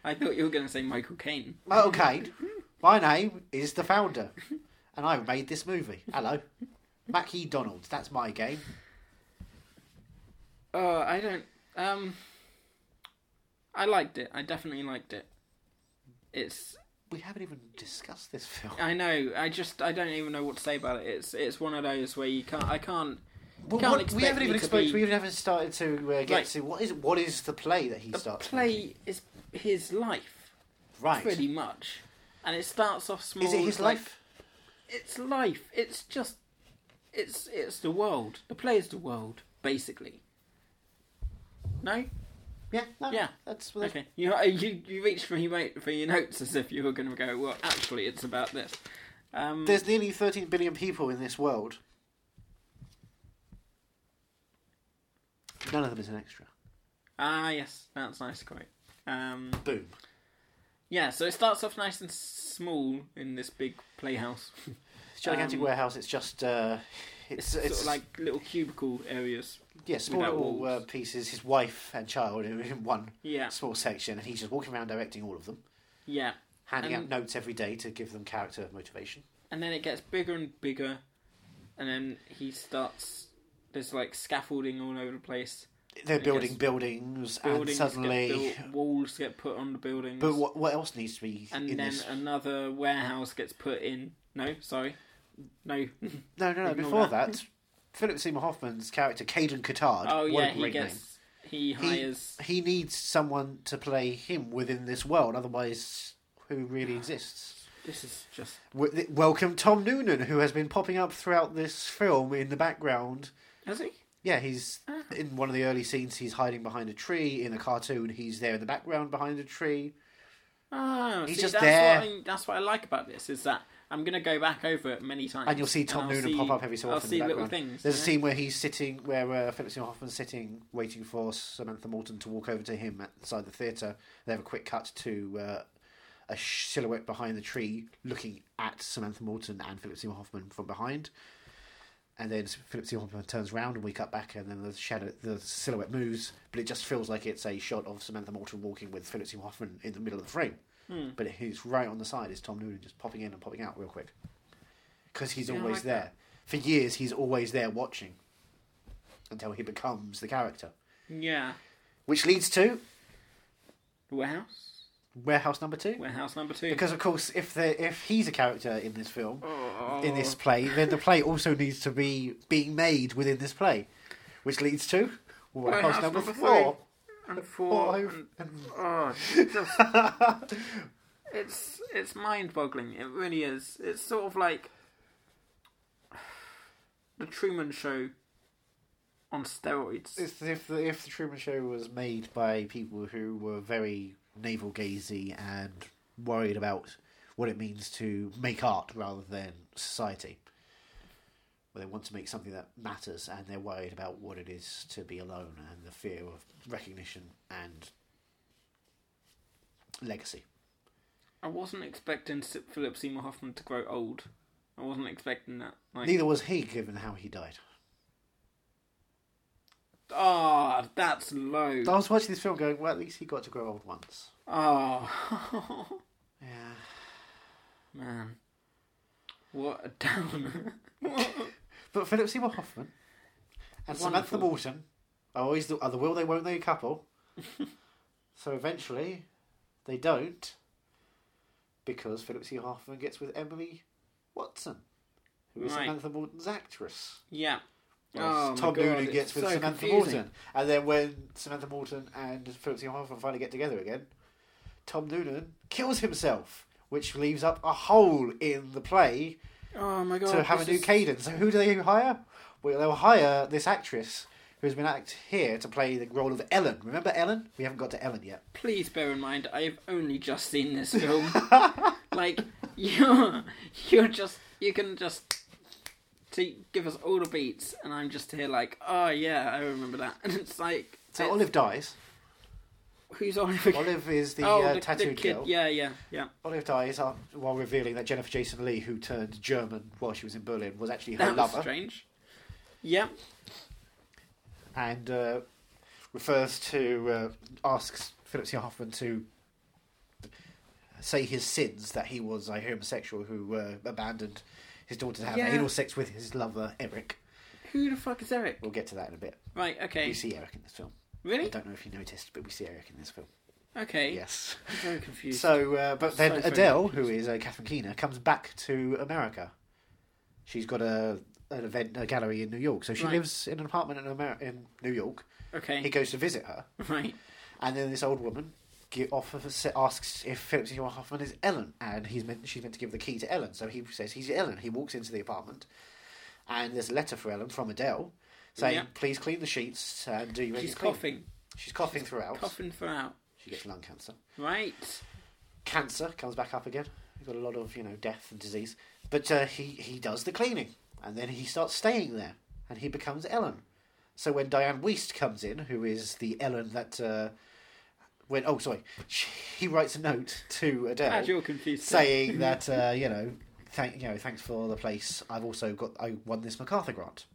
[SPEAKER 2] I thought you were going to say Michael Caine.
[SPEAKER 1] Michael Caine. My name is the founder, and I made this movie. Hello, Mackie Donald's. That's my game.
[SPEAKER 2] Oh, I don't. Um, I liked it. I definitely liked it. It's
[SPEAKER 1] We haven't even discussed this film.
[SPEAKER 2] I know. I just I don't even know what to say about it. It's it's one of those where you can't I can't.
[SPEAKER 1] Well,
[SPEAKER 2] can't
[SPEAKER 1] what- we
[SPEAKER 2] expect
[SPEAKER 1] haven't
[SPEAKER 2] me
[SPEAKER 1] even
[SPEAKER 2] to
[SPEAKER 1] expect-
[SPEAKER 2] be-
[SPEAKER 1] We haven't even started to uh, get
[SPEAKER 2] Right.
[SPEAKER 1] to what is what is the play that he
[SPEAKER 2] The
[SPEAKER 1] starts making?
[SPEAKER 2] play is his life,
[SPEAKER 1] Right.
[SPEAKER 2] pretty much, and it starts off small.
[SPEAKER 1] Is it his
[SPEAKER 2] it's like-
[SPEAKER 1] life?
[SPEAKER 2] It's life. It's just, it's it's the world. The play is the world, basically. No,
[SPEAKER 1] Yeah. No,
[SPEAKER 2] Yeah.
[SPEAKER 1] That's, that's
[SPEAKER 2] okay. You uh, you you reached for your for your notes as if you were going to go. Well, actually, it's about this. Um,
[SPEAKER 1] There's nearly 13 billion people in this world. None of them is an extra.
[SPEAKER 2] ah, yes, that's nice quote. Um,
[SPEAKER 1] Boom.
[SPEAKER 2] yeah, so it starts off nice and small in this big playhouse.
[SPEAKER 1] It's a gigantic
[SPEAKER 2] Um,
[SPEAKER 1] warehouse. It's just uh, it's
[SPEAKER 2] It's, sort
[SPEAKER 1] it's
[SPEAKER 2] of like little cubicle areas.
[SPEAKER 1] Yeah, small
[SPEAKER 2] without
[SPEAKER 1] little uh,
[SPEAKER 2] walls.
[SPEAKER 1] pieces. His wife and child are in one
[SPEAKER 2] Yeah.
[SPEAKER 1] small section, and he's just walking around directing all of them,
[SPEAKER 2] Yeah,
[SPEAKER 1] handing
[SPEAKER 2] And-
[SPEAKER 1] out notes every day to give them character motivation.
[SPEAKER 2] and then it gets bigger and bigger, and then he starts. There's like scaffolding all over the place.
[SPEAKER 1] They're
[SPEAKER 2] guess
[SPEAKER 1] building buildings,
[SPEAKER 2] Buildings
[SPEAKER 1] and suddenly,
[SPEAKER 2] get built, walls get put on the buildings.
[SPEAKER 1] but what what else needs to be
[SPEAKER 2] and
[SPEAKER 1] in
[SPEAKER 2] then
[SPEAKER 1] this?
[SPEAKER 2] another warehouse gets put in. No, sorry, no.
[SPEAKER 1] no, no, no.
[SPEAKER 2] ignore
[SPEAKER 1] Before
[SPEAKER 2] that.
[SPEAKER 1] that, Philip Seymour Hoffman's character, Caden Cotard.
[SPEAKER 2] oh
[SPEAKER 1] what
[SPEAKER 2] yeah,
[SPEAKER 1] a
[SPEAKER 2] he
[SPEAKER 1] great name.
[SPEAKER 2] gets. He
[SPEAKER 1] He,
[SPEAKER 2] hires.
[SPEAKER 1] he needs someone to play him within this world, otherwise, who really exists?
[SPEAKER 2] This is just.
[SPEAKER 1] W- th- Welcome Tom Noonan, who has been popping up throughout this film in the background
[SPEAKER 2] Has he?
[SPEAKER 1] Yeah, he's
[SPEAKER 2] Ah.
[SPEAKER 1] in one of the early scenes. He's hiding behind a tree in a cartoon. He's there in the background behind a tree.
[SPEAKER 2] Oh,
[SPEAKER 1] He's
[SPEAKER 2] see,
[SPEAKER 1] just
[SPEAKER 2] that's
[SPEAKER 1] there.
[SPEAKER 2] What I, that's what I like about this is that I'm gonna go back over it many times,
[SPEAKER 1] And you'll see Tom
[SPEAKER 2] I'll
[SPEAKER 1] Noonan
[SPEAKER 2] see-
[SPEAKER 1] pop up every so
[SPEAKER 2] I'll
[SPEAKER 1] often.
[SPEAKER 2] see
[SPEAKER 1] in the
[SPEAKER 2] little
[SPEAKER 1] background.
[SPEAKER 2] things.
[SPEAKER 1] There's
[SPEAKER 2] yeah.
[SPEAKER 1] a scene where he's sitting, where uh, Philip Seymour Hoffman's sitting, waiting for Samantha Morton to walk over to him outside the theatre. They have a quick cut to uh, a sh- silhouette behind the tree looking at Samantha Morton and Philip Seymour Hoffman from behind. And then Philip Seymour Hoffman turns round and we cut back, and then the shadow, the silhouette moves, but it just feels like it's a shot of Samantha Morton walking with Philip Seymour Hoffman
[SPEAKER 2] Hmm.
[SPEAKER 1] in the middle of the frame. But he's right on the side is Tom Noonan just popping in and popping out real quick. because he's
[SPEAKER 2] Yeah, I
[SPEAKER 1] always
[SPEAKER 2] like
[SPEAKER 1] there.
[SPEAKER 2] that.
[SPEAKER 1] For years, he's always there watching until he becomes the character,
[SPEAKER 2] Yeah.
[SPEAKER 1] which leads to
[SPEAKER 2] Warehouse?
[SPEAKER 1] warehouse number two.
[SPEAKER 2] Warehouse number two.
[SPEAKER 1] Because of course, if the if he's a character in this film, in this play, then the play also needs to be being made within this play, which leads to warehouse,
[SPEAKER 2] Warehouse
[SPEAKER 1] number,
[SPEAKER 2] number
[SPEAKER 1] four.
[SPEAKER 2] and four.
[SPEAKER 1] Five
[SPEAKER 2] and-
[SPEAKER 1] and
[SPEAKER 2] oh, it's just- it's it's mind boggling. It really is. It's sort of like the Truman Show on steroids.
[SPEAKER 1] It's if the, if the Truman Show was made by people who were very navel gazy and worried about what it means to make art rather than society. Where they want to make something that matters and they're worried about what it is to be alone and the fear of recognition and legacy.
[SPEAKER 2] I wasn't expecting Si- Philip Seymour Hoffman to grow old. I wasn't expecting that. Like,
[SPEAKER 1] Neither was he, given how he died.
[SPEAKER 2] Ah, that's low.
[SPEAKER 1] I was watching this film going, well, at least he got to grow old once.
[SPEAKER 2] Oh,
[SPEAKER 1] Yeah.
[SPEAKER 2] man. What a downer.
[SPEAKER 1] But Philip Seymour Hoffman and Samantha
[SPEAKER 2] Wonderful.
[SPEAKER 1] Morton are always the, are the will they won't they couple. so eventually, they don't because Philip Seymour Hoffman gets with Emily Watson, who is
[SPEAKER 2] Right.
[SPEAKER 1] Samantha Morton's actress.
[SPEAKER 2] yeah. Oh
[SPEAKER 1] Whereas
[SPEAKER 2] my
[SPEAKER 1] Tom
[SPEAKER 2] God,
[SPEAKER 1] Noonan
[SPEAKER 2] it's
[SPEAKER 1] gets with
[SPEAKER 2] so
[SPEAKER 1] Samantha
[SPEAKER 2] confusing.
[SPEAKER 1] Morton, and then when Samantha Morton and Philip Seymour Hoffman finally get together again, Tom Noonan kills himself, which leaves up a hole in the play
[SPEAKER 2] Oh my god.
[SPEAKER 1] to have a
[SPEAKER 2] this
[SPEAKER 1] new
[SPEAKER 2] is-
[SPEAKER 1] cadence. So who do they hire? Well, they'll hire this actress who's been act here to play the role of Ellen. Remember Ellen? We haven't got to Ellen yet.
[SPEAKER 2] Please bear in mind, I've only just seen this film. like, you're, you're just, you can just to give us all the beats, and I'm just here like, oh yeah, I remember that. And it's like,
[SPEAKER 1] So
[SPEAKER 2] it's-
[SPEAKER 1] Olive dies.
[SPEAKER 2] who's Oliver?
[SPEAKER 1] Olive is the
[SPEAKER 2] oh,
[SPEAKER 1] uh,
[SPEAKER 2] the,
[SPEAKER 1] tattooed
[SPEAKER 2] the kid.
[SPEAKER 1] girl.
[SPEAKER 2] Yeah, yeah, yeah.
[SPEAKER 1] Olive dies uh, while revealing that Jennifer Jason Lee, who turned German while she was in Berlin, was actually her
[SPEAKER 2] That was
[SPEAKER 1] lover,
[SPEAKER 2] strange. Yeah,
[SPEAKER 1] and uh, refers to uh, asks Philip Seymour Hoffman to say his sins that he was a homosexual who uh, abandoned his daughter to have
[SPEAKER 2] Yeah.
[SPEAKER 1] anal sex with his lover Eric.
[SPEAKER 2] who the fuck is Eric?
[SPEAKER 1] We'll get to that in a bit.
[SPEAKER 2] Right, okay.
[SPEAKER 1] We see Eric in this film. I
[SPEAKER 2] Really?
[SPEAKER 1] don't know if you noticed, but we see Eric in this film.
[SPEAKER 2] Okay.
[SPEAKER 1] Yes.
[SPEAKER 2] I'm very confused.
[SPEAKER 1] So, uh, but
[SPEAKER 2] So
[SPEAKER 1] then
[SPEAKER 2] very
[SPEAKER 1] Adele, who is uh, Catherine Keener, comes back to America. She's got a an event, a gallery in New York. So she
[SPEAKER 2] Right.
[SPEAKER 1] lives in an apartment in Amer- in New York. He
[SPEAKER 2] okay.
[SPEAKER 1] goes to visit her,
[SPEAKER 2] Right.
[SPEAKER 1] and then this old woman gi- offers, asks if Philip Seymour Hoffman is Ellen, and he's meant she's meant to give the key to Ellen. So he says he's Ellen. He walks into the apartment, and there's a letter for Ellen from Adele saying,
[SPEAKER 2] Yeah.
[SPEAKER 1] "Please clean the sheets and do you
[SPEAKER 2] She's
[SPEAKER 1] clean.
[SPEAKER 2] coughing.
[SPEAKER 1] She's coughing throughout.
[SPEAKER 2] Coughing throughout.
[SPEAKER 1] She gets lung cancer.
[SPEAKER 2] Right.
[SPEAKER 1] Cancer comes back up again. He's got a lot of you know death and disease. But uh, he he does the cleaning, and then he starts staying there, and he becomes Ellen. So when Diane Wiest comes in, who is the Ellen that uh, when oh sorry, she, he writes a note to
[SPEAKER 2] Glad you're
[SPEAKER 1] Adele
[SPEAKER 2] confused. too.
[SPEAKER 1] saying that uh, you know thank you know thanks for the place. I've also got I won this Macarthur grant.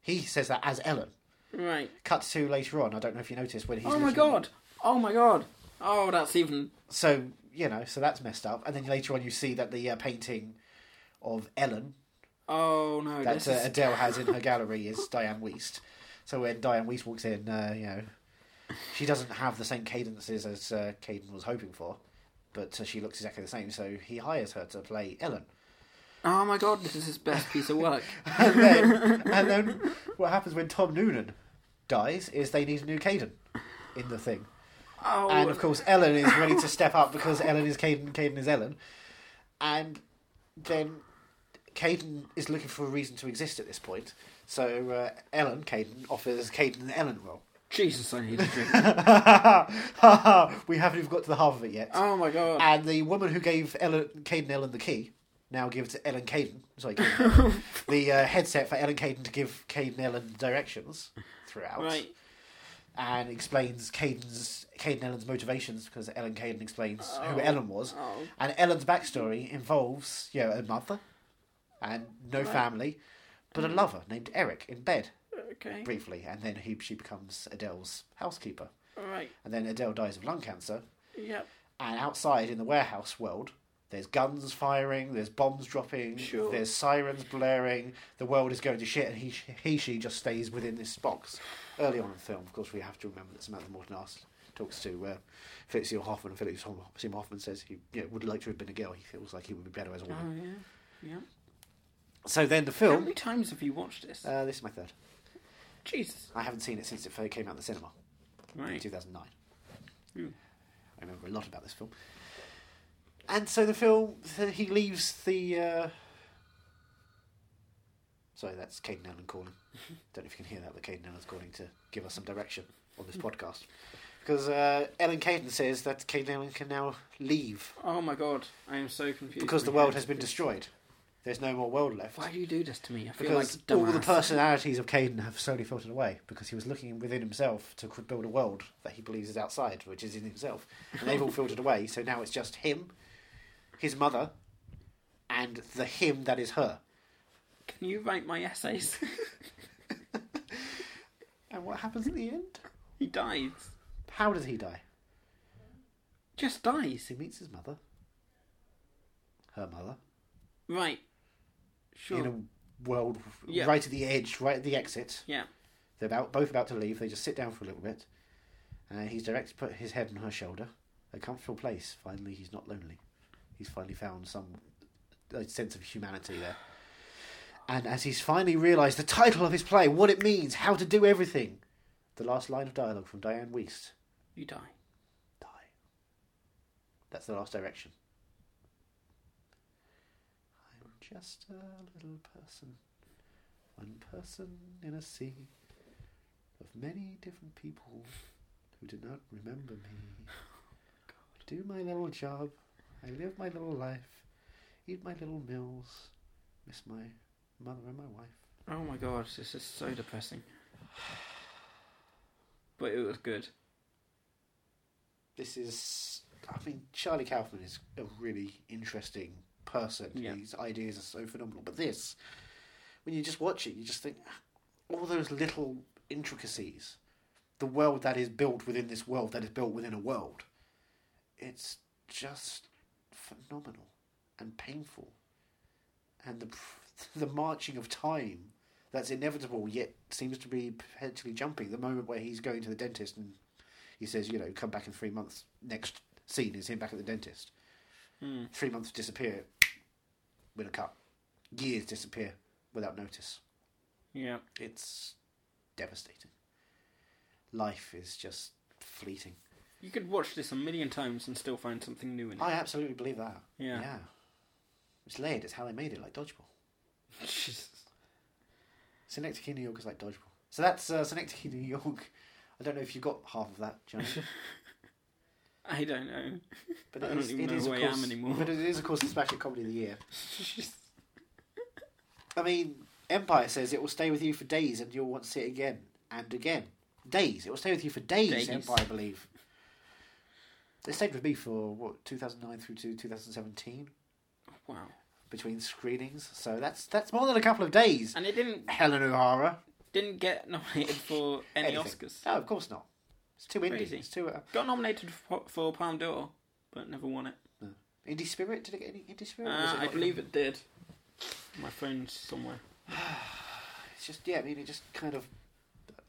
[SPEAKER 1] He says that as Ellen.
[SPEAKER 2] Right.
[SPEAKER 1] Cut to later on. I don't know if you noticed when he's
[SPEAKER 2] Oh my
[SPEAKER 1] looking-
[SPEAKER 2] god! Oh my god! Oh, that's even.
[SPEAKER 1] so you know, so that's messed up. And then later on, you see that the uh, painting of Ellen
[SPEAKER 2] Oh no!
[SPEAKER 1] that
[SPEAKER 2] this
[SPEAKER 1] uh,
[SPEAKER 2] is...
[SPEAKER 1] Adele has in her gallery is Diane Wiest. So when Diane Wiest walks in, uh, you know, she doesn't have the same cadences as uh, Caden was hoping for, but uh, she looks exactly the same. So he hires her to play Ellen.
[SPEAKER 2] Oh my god! This is his best piece of work.
[SPEAKER 1] And then, and then what happens when Tom Noonan dies is they need a new Caden in the thing.
[SPEAKER 2] Oh,
[SPEAKER 1] and of course Ellen is ready to step up because Ellen is Caden, Caden is Ellen, and then Caden is looking for a reason to exist at this point. So uh, Ellen, Caden offers Caden the Ellen role.
[SPEAKER 2] Jesus! I need a drink.
[SPEAKER 1] we haven't even got to the half of it yet.
[SPEAKER 2] oh my god!
[SPEAKER 1] And the woman who gave Ellen, Caden Ellen the key now gives Ellen Caden sorry Caden, Ellen, the uh, headset for Ellen Caden to give Caden Ellen directions throughout
[SPEAKER 2] Right.
[SPEAKER 1] and explains Caden's Caden Ellen's motivations because Ellen Caden explains who Ellen was, and Ellen's backstory involves you know a mother and no family, but a lover named Eric in bed
[SPEAKER 2] Okay.
[SPEAKER 1] briefly, and then he she becomes Adele's housekeeper,
[SPEAKER 2] All right.
[SPEAKER 1] and then Adele dies of lung cancer,
[SPEAKER 2] Yep.
[SPEAKER 1] and outside in the warehouse world, There's guns firing, there's bombs dropping, there's sirens blaring, the world is going to shit, and he, he, she just stays within this box. Early on in the film, of course, we have to remember that Samantha Morton asks, talks to uh, Philip Seymour Hoffman, and Philip Seymour Hoffman says he you know, would like to have been a girl. He feels like he would be better as a woman.
[SPEAKER 2] Oh, yeah.
[SPEAKER 1] So then the
[SPEAKER 2] How
[SPEAKER 1] film.
[SPEAKER 2] many times have you watched this?
[SPEAKER 1] Uh, this is my third.
[SPEAKER 2] Jesus.
[SPEAKER 1] I haven't seen it since it first came out in the cinema in
[SPEAKER 2] Right.
[SPEAKER 1] 2009. Hmm. I remember a lot about this film. And so the film, so he leaves the. Uh... Sorry, that's Caden Allen calling. Don't know if you can hear that, but Caden Allen's calling to give us some direction on this podcast. Because uh, Ellen Caden says that Caden Allen can now leave
[SPEAKER 2] Oh my god, I am so confused.
[SPEAKER 1] because the world has been destroyed. There's no more world left.
[SPEAKER 2] Why do you do this to me? I feel
[SPEAKER 1] Because
[SPEAKER 2] like a
[SPEAKER 1] all the
[SPEAKER 2] dumbass.
[SPEAKER 1] personalities of Caden have slowly filtered away because he was looking within himself to c- build a world that he believes is outside, which is in himself. And they've all filtered away, so now it's just him, his mother, and the him that is her.
[SPEAKER 2] Can you write my essays?
[SPEAKER 1] And what happens at the end?
[SPEAKER 2] he dies.
[SPEAKER 1] How does he die?
[SPEAKER 2] Just dies.
[SPEAKER 1] He meets his mother, her mother,
[SPEAKER 2] Right. Sure.
[SPEAKER 1] in a world
[SPEAKER 2] Yeah.
[SPEAKER 1] right at the edge, right at the exit.
[SPEAKER 2] Yeah.
[SPEAKER 1] They're about both about to leave. They just sit down for a little bit. Uh, he's directed to put his head on her shoulder. A comfortable place. Finally, he's not lonely. He's finally found some uh, sense of humanity there. And as he's finally realised the title of his play, what it means, how to do everything, the last line of dialogue from Diane Weist
[SPEAKER 2] You die.
[SPEAKER 1] die. That's the last direction. I'm just a little person, one person in a sea of many different people who do not remember me. I do my little job, I live my little life, eat my little meals, miss my mother and my wife.
[SPEAKER 2] Oh my god, this is so depressing. But it was good.
[SPEAKER 1] this is I mean Charlie Kaufman is a really interesting person.
[SPEAKER 2] Yeah.
[SPEAKER 1] His ideas are so phenomenal. But this, when you just watch it, you just think all those little intricacies, the world that is built within this world that is built within a world. It's just phenomenal and painful, and the the marching of time that's inevitable yet seems to be perpetually jumping. The moment where he's going to the dentist and he says, you know, come back in three months. Next scene is him back at the dentist. Three months disappear with a cut. Years disappear without notice.
[SPEAKER 2] Yeah.
[SPEAKER 1] It's devastating. Life is just fleeting.
[SPEAKER 2] You could watch this a million times and still find something new in it.
[SPEAKER 1] I absolutely believe that.
[SPEAKER 2] Yeah.
[SPEAKER 1] Yeah. It's layered. It's how they made it, like dodgeball.
[SPEAKER 2] Jesus.
[SPEAKER 1] Synecdoche, New York is like dodgeball. So that's uh, Synecdoche, New York. I don't know if you got half of that, Johnny.
[SPEAKER 2] I don't know.
[SPEAKER 1] But
[SPEAKER 2] I
[SPEAKER 1] it
[SPEAKER 2] don't
[SPEAKER 1] is,
[SPEAKER 2] even
[SPEAKER 1] it
[SPEAKER 2] know
[SPEAKER 1] is,
[SPEAKER 2] who
[SPEAKER 1] of
[SPEAKER 2] I am
[SPEAKER 1] course-
[SPEAKER 2] anymore.
[SPEAKER 1] But it is, of course, the Smash Hit Comedy of the Year.
[SPEAKER 2] Just-
[SPEAKER 1] I mean, Empire says it will stay with you for days and you'll want to see it again and again. Days. It will stay with you for days,
[SPEAKER 2] Days.
[SPEAKER 1] Empire, I believe. It stayed with me for, what, 2009 through to 2017
[SPEAKER 2] wow.
[SPEAKER 1] between screenings. So that's that's more than a couple of days.
[SPEAKER 2] And it didn't
[SPEAKER 1] Helen O'Hara.
[SPEAKER 2] didn't get nominated for any
[SPEAKER 1] Anything.
[SPEAKER 2] Oscars.
[SPEAKER 1] No, of course not. It's too indie.
[SPEAKER 2] Crazy.
[SPEAKER 1] It's too. Uh,
[SPEAKER 2] Got nominated for, for Palme d'Or, but never won it.
[SPEAKER 1] indie Spirit? Did it get any Indie Spirit? Or was
[SPEAKER 2] Uh,
[SPEAKER 1] it
[SPEAKER 2] I
[SPEAKER 1] not
[SPEAKER 2] believe
[SPEAKER 1] even-
[SPEAKER 2] it did. My phone's somewhere.
[SPEAKER 1] It's just, yeah, I mean, it just kind of.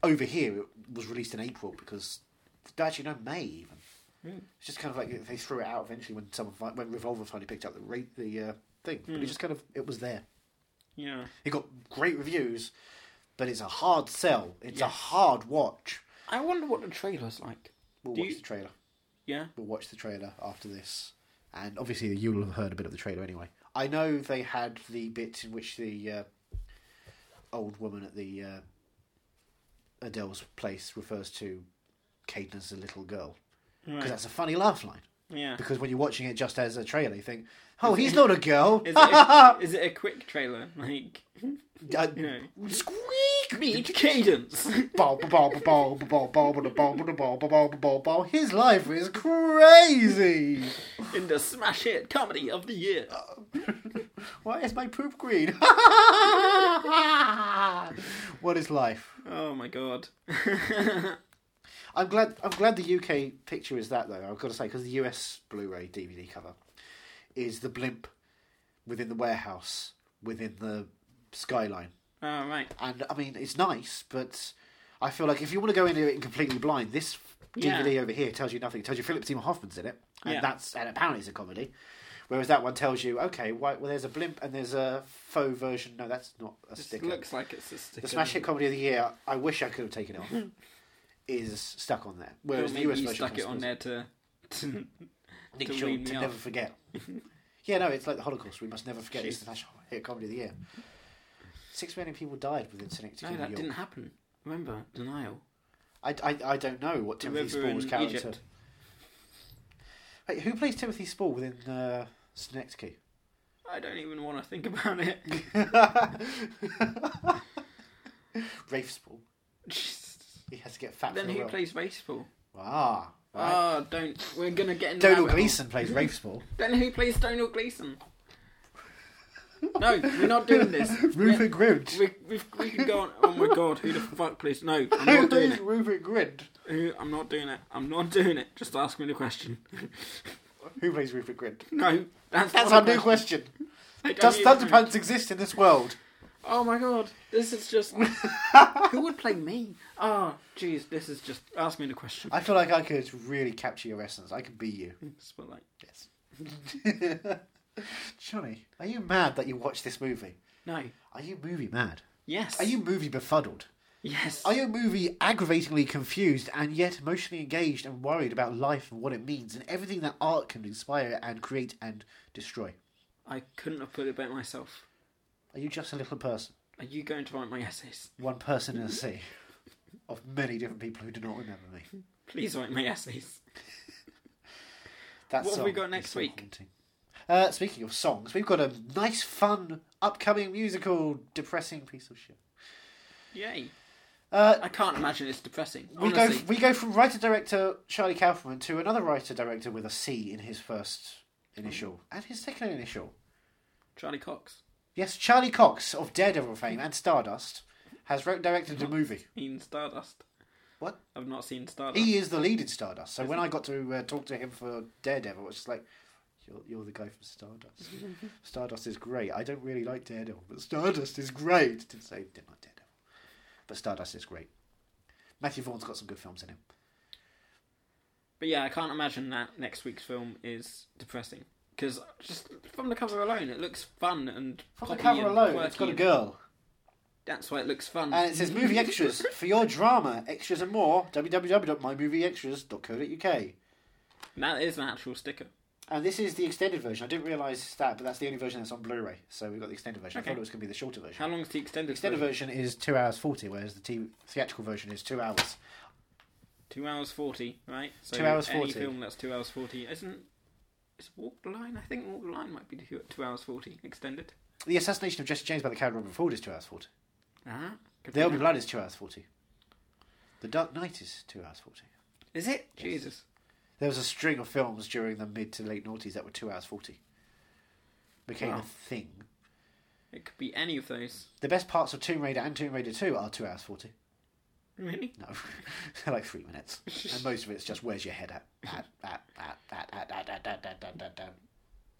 [SPEAKER 1] Over here, it was released in April because. Actually, no, May even. It's just kind of like they threw it out eventually when someone fi- when Revolver finally picked up the rate the uh, thing.
[SPEAKER 2] Hmm.
[SPEAKER 1] But it just kind of it was there.
[SPEAKER 2] Yeah.
[SPEAKER 1] It got great reviews, but it's a hard sell. It's a
[SPEAKER 2] Yes.
[SPEAKER 1] hard watch.
[SPEAKER 2] I wonder what the trailer's like.
[SPEAKER 1] We'll
[SPEAKER 2] Do
[SPEAKER 1] watch
[SPEAKER 2] you-
[SPEAKER 1] the trailer.
[SPEAKER 2] Yeah.
[SPEAKER 1] We'll watch the trailer after this, and obviously you'll have heard a bit of the trailer anyway. I know they had the bit in which the uh, old woman at the uh, Adele's place refers to Caden as a little girl because
[SPEAKER 2] Right.
[SPEAKER 1] that's a funny laugh line.
[SPEAKER 2] Yeah.
[SPEAKER 1] Because when you're watching it just as a trailer, you think, "Oh, he's not a girl."
[SPEAKER 2] Is it, a, is it a quick trailer? Like,
[SPEAKER 1] Uh,
[SPEAKER 2] you
[SPEAKER 1] Squeak
[SPEAKER 2] know,
[SPEAKER 1] me.
[SPEAKER 2] cadence.
[SPEAKER 1] Bow, bow, bow, bow, bow, bow, bow, bow, bow, bow, bow, bow, bow, bow, bow. His life is crazy.
[SPEAKER 2] in the smash hit comedy of the year.
[SPEAKER 1] Why is my poop green? what is life?
[SPEAKER 2] Oh my god.
[SPEAKER 1] I'm glad. I'm glad the UK picture is that though. I've got to say because the US Blu-ray DVD cover is the blimp within the warehouse, within the skyline.
[SPEAKER 2] Oh, right.
[SPEAKER 1] And I mean, it's nice, but I feel like if you want to go into it completely blind, this
[SPEAKER 2] Yeah.
[SPEAKER 1] DVD over here tells you nothing. It tells you Philip Seymour Hoffman's in it, and
[SPEAKER 2] Yeah.
[SPEAKER 1] that's and apparently it's a comedy. Whereas that one tells you, okay, why, well, there's a blimp and there's a faux version. No, that's not a
[SPEAKER 2] Just
[SPEAKER 1] sticker.
[SPEAKER 2] looks like it's a sticker.
[SPEAKER 1] the smash hit comedy of the year. I wish I could have taken it off. is stuck on there.
[SPEAKER 2] Or
[SPEAKER 1] Whereas the
[SPEAKER 2] maybe
[SPEAKER 1] US
[SPEAKER 2] you
[SPEAKER 1] version
[SPEAKER 2] stuck it on
[SPEAKER 1] comes-
[SPEAKER 2] there to, to
[SPEAKER 1] Nick
[SPEAKER 2] to
[SPEAKER 1] Shaw,
[SPEAKER 2] wean
[SPEAKER 1] to
[SPEAKER 2] me
[SPEAKER 1] never
[SPEAKER 2] off.
[SPEAKER 1] forget. yeah, no, it's like the Holocaust. We must never forget. It's the smash hit comedy of the year. Six million people died within Schenectady,
[SPEAKER 2] no,
[SPEAKER 1] New
[SPEAKER 2] that
[SPEAKER 1] York.
[SPEAKER 2] didn't happen. Remember denial.
[SPEAKER 1] I, I, I don't know what Timothy
[SPEAKER 2] Whoever in
[SPEAKER 1] Spall's character.
[SPEAKER 2] Egypt.
[SPEAKER 1] Wait, who plays Timothy Spall within uh, Snetsky?
[SPEAKER 2] I don't even want to think about it.
[SPEAKER 1] Rafe Spall. He has to get fat.
[SPEAKER 2] then
[SPEAKER 1] for the
[SPEAKER 2] who
[SPEAKER 1] role.
[SPEAKER 2] plays baseball?
[SPEAKER 1] Ah, right.
[SPEAKER 2] Oh, don't. We're gonna get in.
[SPEAKER 1] Donald
[SPEAKER 2] rabbit hole.
[SPEAKER 1] Gleason plays Rafe Spall.
[SPEAKER 2] Then who plays Donald Gleason? No, we're not doing this.
[SPEAKER 1] Rupert Grint.
[SPEAKER 2] We, we, we can go on. Oh my god, who the fuck plays? No, I'm
[SPEAKER 1] Who
[SPEAKER 2] not doing
[SPEAKER 1] plays
[SPEAKER 2] it.
[SPEAKER 1] Rupert Grint?
[SPEAKER 2] Who, I'm not doing it. I'm not doing it. Just ask me the question.
[SPEAKER 1] Who plays Rupert Grint?
[SPEAKER 2] No, that's
[SPEAKER 1] That's
[SPEAKER 2] not
[SPEAKER 1] our
[SPEAKER 2] a
[SPEAKER 1] new question.
[SPEAKER 2] I don't
[SPEAKER 1] Does
[SPEAKER 2] even know.
[SPEAKER 1] Thunderpants exist in this world?
[SPEAKER 2] Oh my god, this is just. Who would play me? Oh, jeez, this is just. Ask me the question.
[SPEAKER 1] I feel like I could really capture your essence. I could be you.
[SPEAKER 2] It's more like,
[SPEAKER 1] Yes. Johnny, are you mad that you watched this movie?
[SPEAKER 2] no.
[SPEAKER 1] Are you movie mad?
[SPEAKER 2] Yes.
[SPEAKER 1] Are you movie befuddled?
[SPEAKER 2] Yes.
[SPEAKER 1] Are you movie aggravatingly confused and yet emotionally engaged and worried about life and what it means and everything that art can inspire and create and destroy?
[SPEAKER 2] I couldn't have put it better myself.
[SPEAKER 1] Are you just a little person?
[SPEAKER 2] Are you going to write my essays?
[SPEAKER 1] One person in a sea of many different people who do not remember me.
[SPEAKER 2] Please write my essays.
[SPEAKER 1] That
[SPEAKER 2] What have we
[SPEAKER 1] song
[SPEAKER 2] got
[SPEAKER 1] is
[SPEAKER 2] next
[SPEAKER 1] so
[SPEAKER 2] week?
[SPEAKER 1] haunting. Uh, speaking of songs, we've got a nice, fun, upcoming musical, depressing piece of shit.
[SPEAKER 2] Yay.
[SPEAKER 1] Uh,
[SPEAKER 2] I can't imagine it's depressing.
[SPEAKER 1] We
[SPEAKER 2] Honestly.
[SPEAKER 1] go we go from writer director Charlie Kaufman to another writer director with a C in his first initial and his second initial.
[SPEAKER 2] Charlie Cox
[SPEAKER 1] Yes, Charlie Cox of Daredevil fame and Stardust has wrote and directed
[SPEAKER 2] Mm-hmm.
[SPEAKER 1] the movie.
[SPEAKER 2] in Stardust.
[SPEAKER 1] What?
[SPEAKER 2] I've not seen Stardust.
[SPEAKER 1] He is the lead in Stardust. So when I got to uh, talk to him for Daredevil, it's just like. You're, you're the guy from Stardust. Stardust is great. I don't really like Daredevil, but Stardust is great. Didn't say didn't like Daredevil, but Stardust is great. Matthew Vaughn's got some good films in him.
[SPEAKER 2] But yeah, I can't imagine that next week's film is depressing. Because just from the cover alone, it looks fun and
[SPEAKER 1] From the
[SPEAKER 2] quirky
[SPEAKER 1] cover
[SPEAKER 2] and
[SPEAKER 1] alone,
[SPEAKER 2] quirky
[SPEAKER 1] it's got a
[SPEAKER 2] and-
[SPEAKER 1] girl.
[SPEAKER 2] That's why it looks fun.
[SPEAKER 1] And it says movie extras for your drama, extras and more. www.mymovieextras.co.uk.
[SPEAKER 2] that is an actual sticker.
[SPEAKER 1] And this is the extended version. I didn't realise that, but that's the only version that's on Blu-ray. So we've got the extended version.
[SPEAKER 2] Okay.
[SPEAKER 1] I thought it was going to be the shorter version.
[SPEAKER 2] How long is the extended?
[SPEAKER 1] the extended
[SPEAKER 2] version?
[SPEAKER 1] version is two hours forty, whereas the t- theatrical version is two hours.
[SPEAKER 2] Two hours forty, right? So
[SPEAKER 1] Two hours
[SPEAKER 2] Any
[SPEAKER 1] 40.
[SPEAKER 2] film that's two hours forty isn't. Is Walk the Line? I think Walk the Line might be two- two hours forty extended.
[SPEAKER 1] The assassination of Jesse James by the coward Robin Ford is two hours forty.
[SPEAKER 2] Uh-huh. Could
[SPEAKER 1] The
[SPEAKER 2] be
[SPEAKER 1] Old
[SPEAKER 2] that.
[SPEAKER 1] Blood is two hours forty. The Dark Knight is two hours forty.
[SPEAKER 2] Is it? Jesus.
[SPEAKER 1] There was a string of films during the mid to late noughties that were two hours forty. Became
[SPEAKER 2] Wow.
[SPEAKER 1] a thing.
[SPEAKER 2] It could be any of those.
[SPEAKER 1] The best parts of Tomb Raider and Tomb Raider Two are two hours forty.
[SPEAKER 2] Really?
[SPEAKER 1] No, they're like three minutes, and most of it's just where's your head at? at, at, at, at, at, at, at, at, at, at, at, at.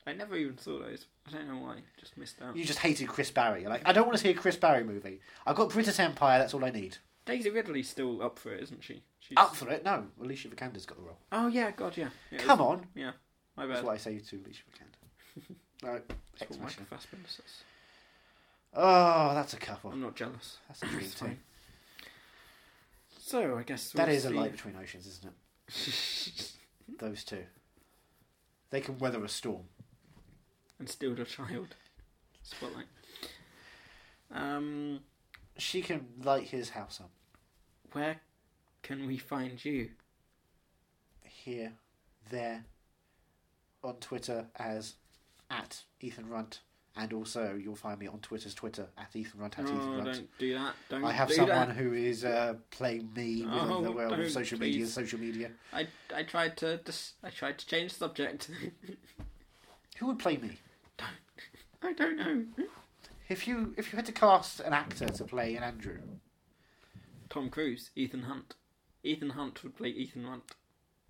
[SPEAKER 2] I never even saw those. I don't know why. Just missed out.
[SPEAKER 1] You just hated Chris Barry. You're like, I don't want to see a Chris Barry movie. I've got British Empire. That's all I need.
[SPEAKER 2] Daisy Ridley's still up for it, isn't she? She's...
[SPEAKER 1] Up for it? No, Alicia Vikander's got the role.
[SPEAKER 2] Oh yeah, God yeah. It
[SPEAKER 1] Come
[SPEAKER 2] is-
[SPEAKER 1] on.
[SPEAKER 2] Yeah, my bad.
[SPEAKER 1] That's what I say to Alicia Vikander. no,
[SPEAKER 2] That's what Michael
[SPEAKER 1] X-Machina.
[SPEAKER 2] Fassbender says.
[SPEAKER 1] oh, that's a couple.
[SPEAKER 2] I'm not jealous.
[SPEAKER 1] That's a dream
[SPEAKER 2] It's
[SPEAKER 1] team.
[SPEAKER 2] Mm. fine. So I guess
[SPEAKER 1] That
[SPEAKER 2] we'll
[SPEAKER 1] is a
[SPEAKER 2] see.
[SPEAKER 1] light between oceans, isn't it?
[SPEAKER 2] Hmm?
[SPEAKER 1] Those two. They can weather a storm.
[SPEAKER 2] and steal a child. Spotlight. Um,
[SPEAKER 1] She can light his house up
[SPEAKER 2] where can we find you?
[SPEAKER 1] here, there, on Twitter as at Ethan Runt, and also you'll find me on Twitter's Twitter at Ethan Runt at Ethan
[SPEAKER 2] Oh,
[SPEAKER 1] Runt.
[SPEAKER 2] don't do that. Don't
[SPEAKER 1] I have
[SPEAKER 2] do
[SPEAKER 1] someone
[SPEAKER 2] that.
[SPEAKER 1] who is uh, playing me with
[SPEAKER 2] Oh,
[SPEAKER 1] the world
[SPEAKER 2] don't,
[SPEAKER 1] of social media.
[SPEAKER 2] please.
[SPEAKER 1] Social media.
[SPEAKER 2] I I tried to dis- I tried to change subject.
[SPEAKER 1] Who would play me?
[SPEAKER 2] I don't know.
[SPEAKER 1] If you if you had to cast an actor to play an Andrew,
[SPEAKER 2] Tom Cruise, Ethan Hunt. Ethan Hunt would play Ethan Hunt.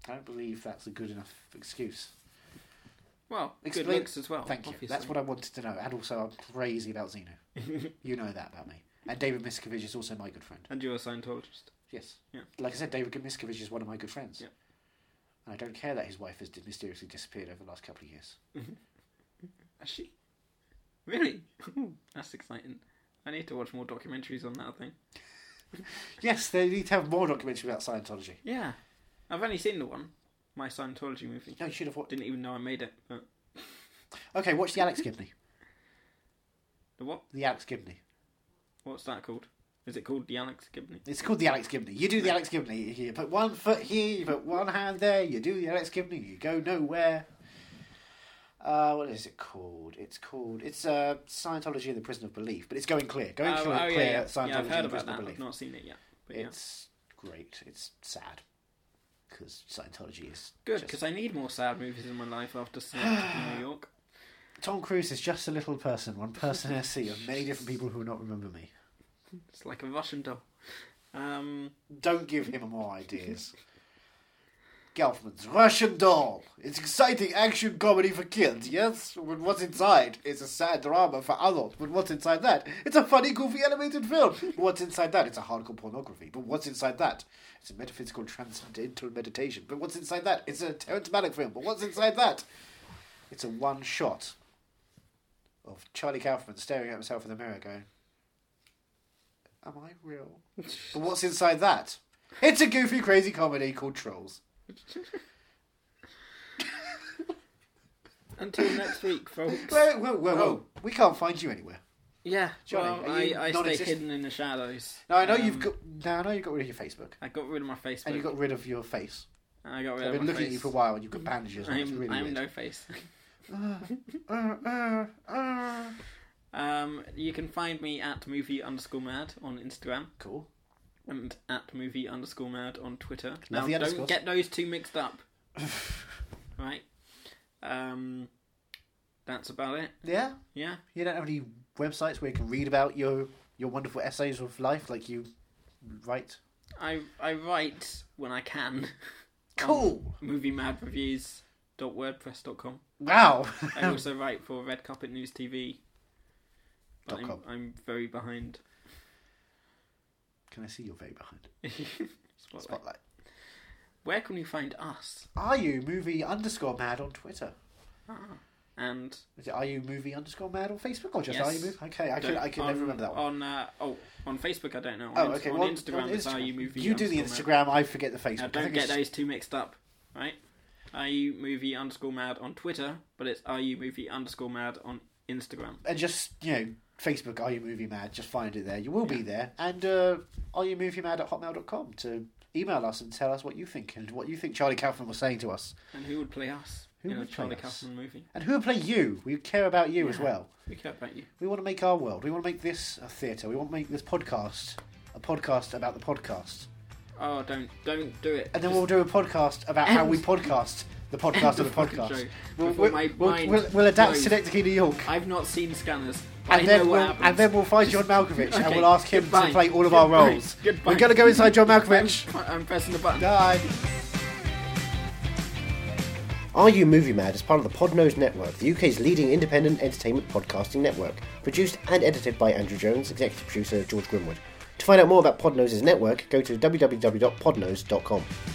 [SPEAKER 1] I don't believe that's a good enough excuse.
[SPEAKER 2] Well, good
[SPEAKER 1] Explain-
[SPEAKER 2] looks as well.
[SPEAKER 1] Thank you.
[SPEAKER 2] Oh, Obviously.
[SPEAKER 1] That's what I wanted to know. And also, I'm crazy about Xeno. you know that about me. And David Miscavige is also my good friend.
[SPEAKER 2] And you're a Scientologist.
[SPEAKER 1] Yes.
[SPEAKER 2] Yeah.
[SPEAKER 1] Like I said, David Miscavige is one of my good friends.
[SPEAKER 2] Yeah.
[SPEAKER 1] And I don't care that his wife has mysteriously disappeared over the last couple of years.
[SPEAKER 2] Is she? Really? That's exciting. I need to watch more documentaries on that thing.
[SPEAKER 1] Yes, they need to have more documentary about Scientology.
[SPEAKER 2] Yeah. I've only seen the one, my Scientology movie.
[SPEAKER 1] No, you should have watched.
[SPEAKER 2] Didn't even know I made it. But
[SPEAKER 1] Okay, watch the Alex Gibney.
[SPEAKER 2] the what?
[SPEAKER 1] The Alex Gibney.
[SPEAKER 2] What's that called? Is it called the Alex Gibney?
[SPEAKER 1] It's called the Alex Gibney. You do the Alex Gibney. You put one foot here, you put one hand there. You do the Alex Gibney. You go nowhere. Uh, what is it called? It's called it's uh, Scientology and the Prison of Belief, but it's going clear, going clear, clear Scientology
[SPEAKER 2] Oh, yeah,
[SPEAKER 1] and the
[SPEAKER 2] I've heard about
[SPEAKER 1] Prison
[SPEAKER 2] that.
[SPEAKER 1] of
[SPEAKER 2] I've
[SPEAKER 1] Belief.
[SPEAKER 2] not seen it yet. But yeah.
[SPEAKER 1] It's great. It's sad because Scientology is
[SPEAKER 2] Good,
[SPEAKER 1] just-
[SPEAKER 2] because I need more sad movies in my life after Select in New York.
[SPEAKER 1] Tom Cruise is just a little person, one person in a sea of many different people who will not remember me.
[SPEAKER 2] It's like a Russian doll. Um,
[SPEAKER 1] Don't give him more ideas. Gelfman's Russian Doll. It's exciting action comedy for kids, yes? But what's inside is a sad drama for adults. But what's inside that? It's a funny, goofy animated film. But what's inside that? It's a hardcore pornography. But what's inside that? It's a metaphysical transcendental meditation. But what's inside that? It's a Terrence Malick film. But what's inside that? It's a one shot of Charlie Kaufman staring at himself in the mirror going, Am I real? But what's inside that? It's a goofy, crazy comedy called Trolls.
[SPEAKER 2] until next week, folks.
[SPEAKER 1] Whoa, whoa, whoa, whoa.
[SPEAKER 2] Oh.
[SPEAKER 1] We can't find you anywhere.
[SPEAKER 2] Yeah,
[SPEAKER 1] Johnny,
[SPEAKER 2] well,
[SPEAKER 1] are you
[SPEAKER 2] I, I stay
[SPEAKER 1] non-existent?
[SPEAKER 2] hidden in the shadows.
[SPEAKER 1] Now I know
[SPEAKER 2] Um,
[SPEAKER 1] you've got. Now I know you got rid of your Facebook,
[SPEAKER 2] I got rid of my Facebook.
[SPEAKER 1] and you got rid of your face.
[SPEAKER 2] and I got rid
[SPEAKER 1] I've
[SPEAKER 2] of
[SPEAKER 1] been
[SPEAKER 2] Oh, my
[SPEAKER 1] looking at you
[SPEAKER 2] face.
[SPEAKER 1] for a while, and you've got bandages. on.
[SPEAKER 2] I
[SPEAKER 1] It's
[SPEAKER 2] am,
[SPEAKER 1] really
[SPEAKER 2] I am
[SPEAKER 1] weird.
[SPEAKER 2] no face.
[SPEAKER 1] Uh, uh, uh.
[SPEAKER 2] um, you can find me at movie underscore mad on Instagram
[SPEAKER 1] Cool.
[SPEAKER 2] and at movie underscore mad on Twitter.
[SPEAKER 1] Love
[SPEAKER 2] Now,
[SPEAKER 1] the
[SPEAKER 2] don't
[SPEAKER 1] underscores.
[SPEAKER 2] get those two mixed up. right. Um, that's about it.
[SPEAKER 1] Yeah.
[SPEAKER 2] Yeah.
[SPEAKER 1] You don't have any websites where you can read about your your wonderful essays of life, like you write.
[SPEAKER 2] I I write when I can. Um,
[SPEAKER 1] Cool.
[SPEAKER 2] Movie mad reviews. WordPress.com.
[SPEAKER 1] Wow.
[SPEAKER 2] I also write for Red Carpet News TV. But
[SPEAKER 1] Dot
[SPEAKER 2] I'm,
[SPEAKER 1] com.
[SPEAKER 2] I'm very behind.
[SPEAKER 1] can I see your very behind
[SPEAKER 2] Spotlight.
[SPEAKER 1] spotlight?
[SPEAKER 2] Where can you find us?
[SPEAKER 1] Are you movie underscore mad on Twitter?
[SPEAKER 2] And
[SPEAKER 1] Is it Are You Movie underscore Mad on Facebook or just
[SPEAKER 2] Yes.
[SPEAKER 1] Are You Movie? Okay, I can,
[SPEAKER 2] don't-
[SPEAKER 1] I can
[SPEAKER 2] on,
[SPEAKER 1] never remember that one.
[SPEAKER 2] On uh, oh, on Facebook, I don't know. On,
[SPEAKER 1] oh,
[SPEAKER 2] Inst-
[SPEAKER 1] okay.
[SPEAKER 2] on
[SPEAKER 1] well,
[SPEAKER 2] Instagram,
[SPEAKER 1] on
[SPEAKER 2] it's
[SPEAKER 1] Instagram.
[SPEAKER 2] IU movie.
[SPEAKER 1] You do the
[SPEAKER 2] underscore
[SPEAKER 1] Instagram, I forget the
[SPEAKER 2] mad.
[SPEAKER 1] Facebook.
[SPEAKER 2] Now,
[SPEAKER 1] I
[SPEAKER 2] don't
[SPEAKER 1] think
[SPEAKER 2] get
[SPEAKER 1] it's-
[SPEAKER 2] those two mixed up, right? IU movie underscore mad on Twitter, but it's IU movie underscore mad on Instagram.
[SPEAKER 1] And just, you know, Facebook, Are You Movie Mad? Just find it there. You will be there. And uh, Are You Movie Mad at hotmail.com to email us and tell us what you think and what you think Charlie Kaufman was saying to us.
[SPEAKER 2] And who would play us
[SPEAKER 1] Who
[SPEAKER 2] in a
[SPEAKER 1] would play
[SPEAKER 2] Charlie
[SPEAKER 1] us?
[SPEAKER 2] Kaufman movie?
[SPEAKER 1] And who will play you? We care about you as well.
[SPEAKER 2] We care about you.
[SPEAKER 1] We want to make our world. We want to make this a theatre. We want to make this podcast a podcast about the podcast.
[SPEAKER 2] Oh, don't don't do it.
[SPEAKER 1] and then we'll do a podcast about how we
[SPEAKER 2] End.
[SPEAKER 1] podcast the podcast
[SPEAKER 2] the
[SPEAKER 1] of the
[SPEAKER 2] fucking
[SPEAKER 1] podcast.
[SPEAKER 2] show
[SPEAKER 1] We'll,
[SPEAKER 2] before
[SPEAKER 1] we'll,
[SPEAKER 2] my
[SPEAKER 1] we'll,
[SPEAKER 2] mind
[SPEAKER 1] we'll, we'll adapt
[SPEAKER 2] blows.
[SPEAKER 1] to Synecdoche, New York,
[SPEAKER 2] I've not seen Scanners. but I
[SPEAKER 1] and then
[SPEAKER 2] know what
[SPEAKER 1] we'll
[SPEAKER 2] happens.
[SPEAKER 1] and then we'll find John Malkovich and
[SPEAKER 2] Okay,
[SPEAKER 1] we'll ask him
[SPEAKER 2] goodbye.
[SPEAKER 1] to play all of our
[SPEAKER 2] Goodbye.
[SPEAKER 1] roles.
[SPEAKER 2] Goodbye.
[SPEAKER 1] We're gonna go inside John Malkovich.
[SPEAKER 2] I'm pressing the button.
[SPEAKER 1] Die.
[SPEAKER 11] Are You Movie Mad is part of the Podnose Network, the UK's leading independent entertainment podcasting network. Produced and edited by Andrew Jones, executive producer George Grimwood. To find out more about Podnose's network, go to www.podnose.com.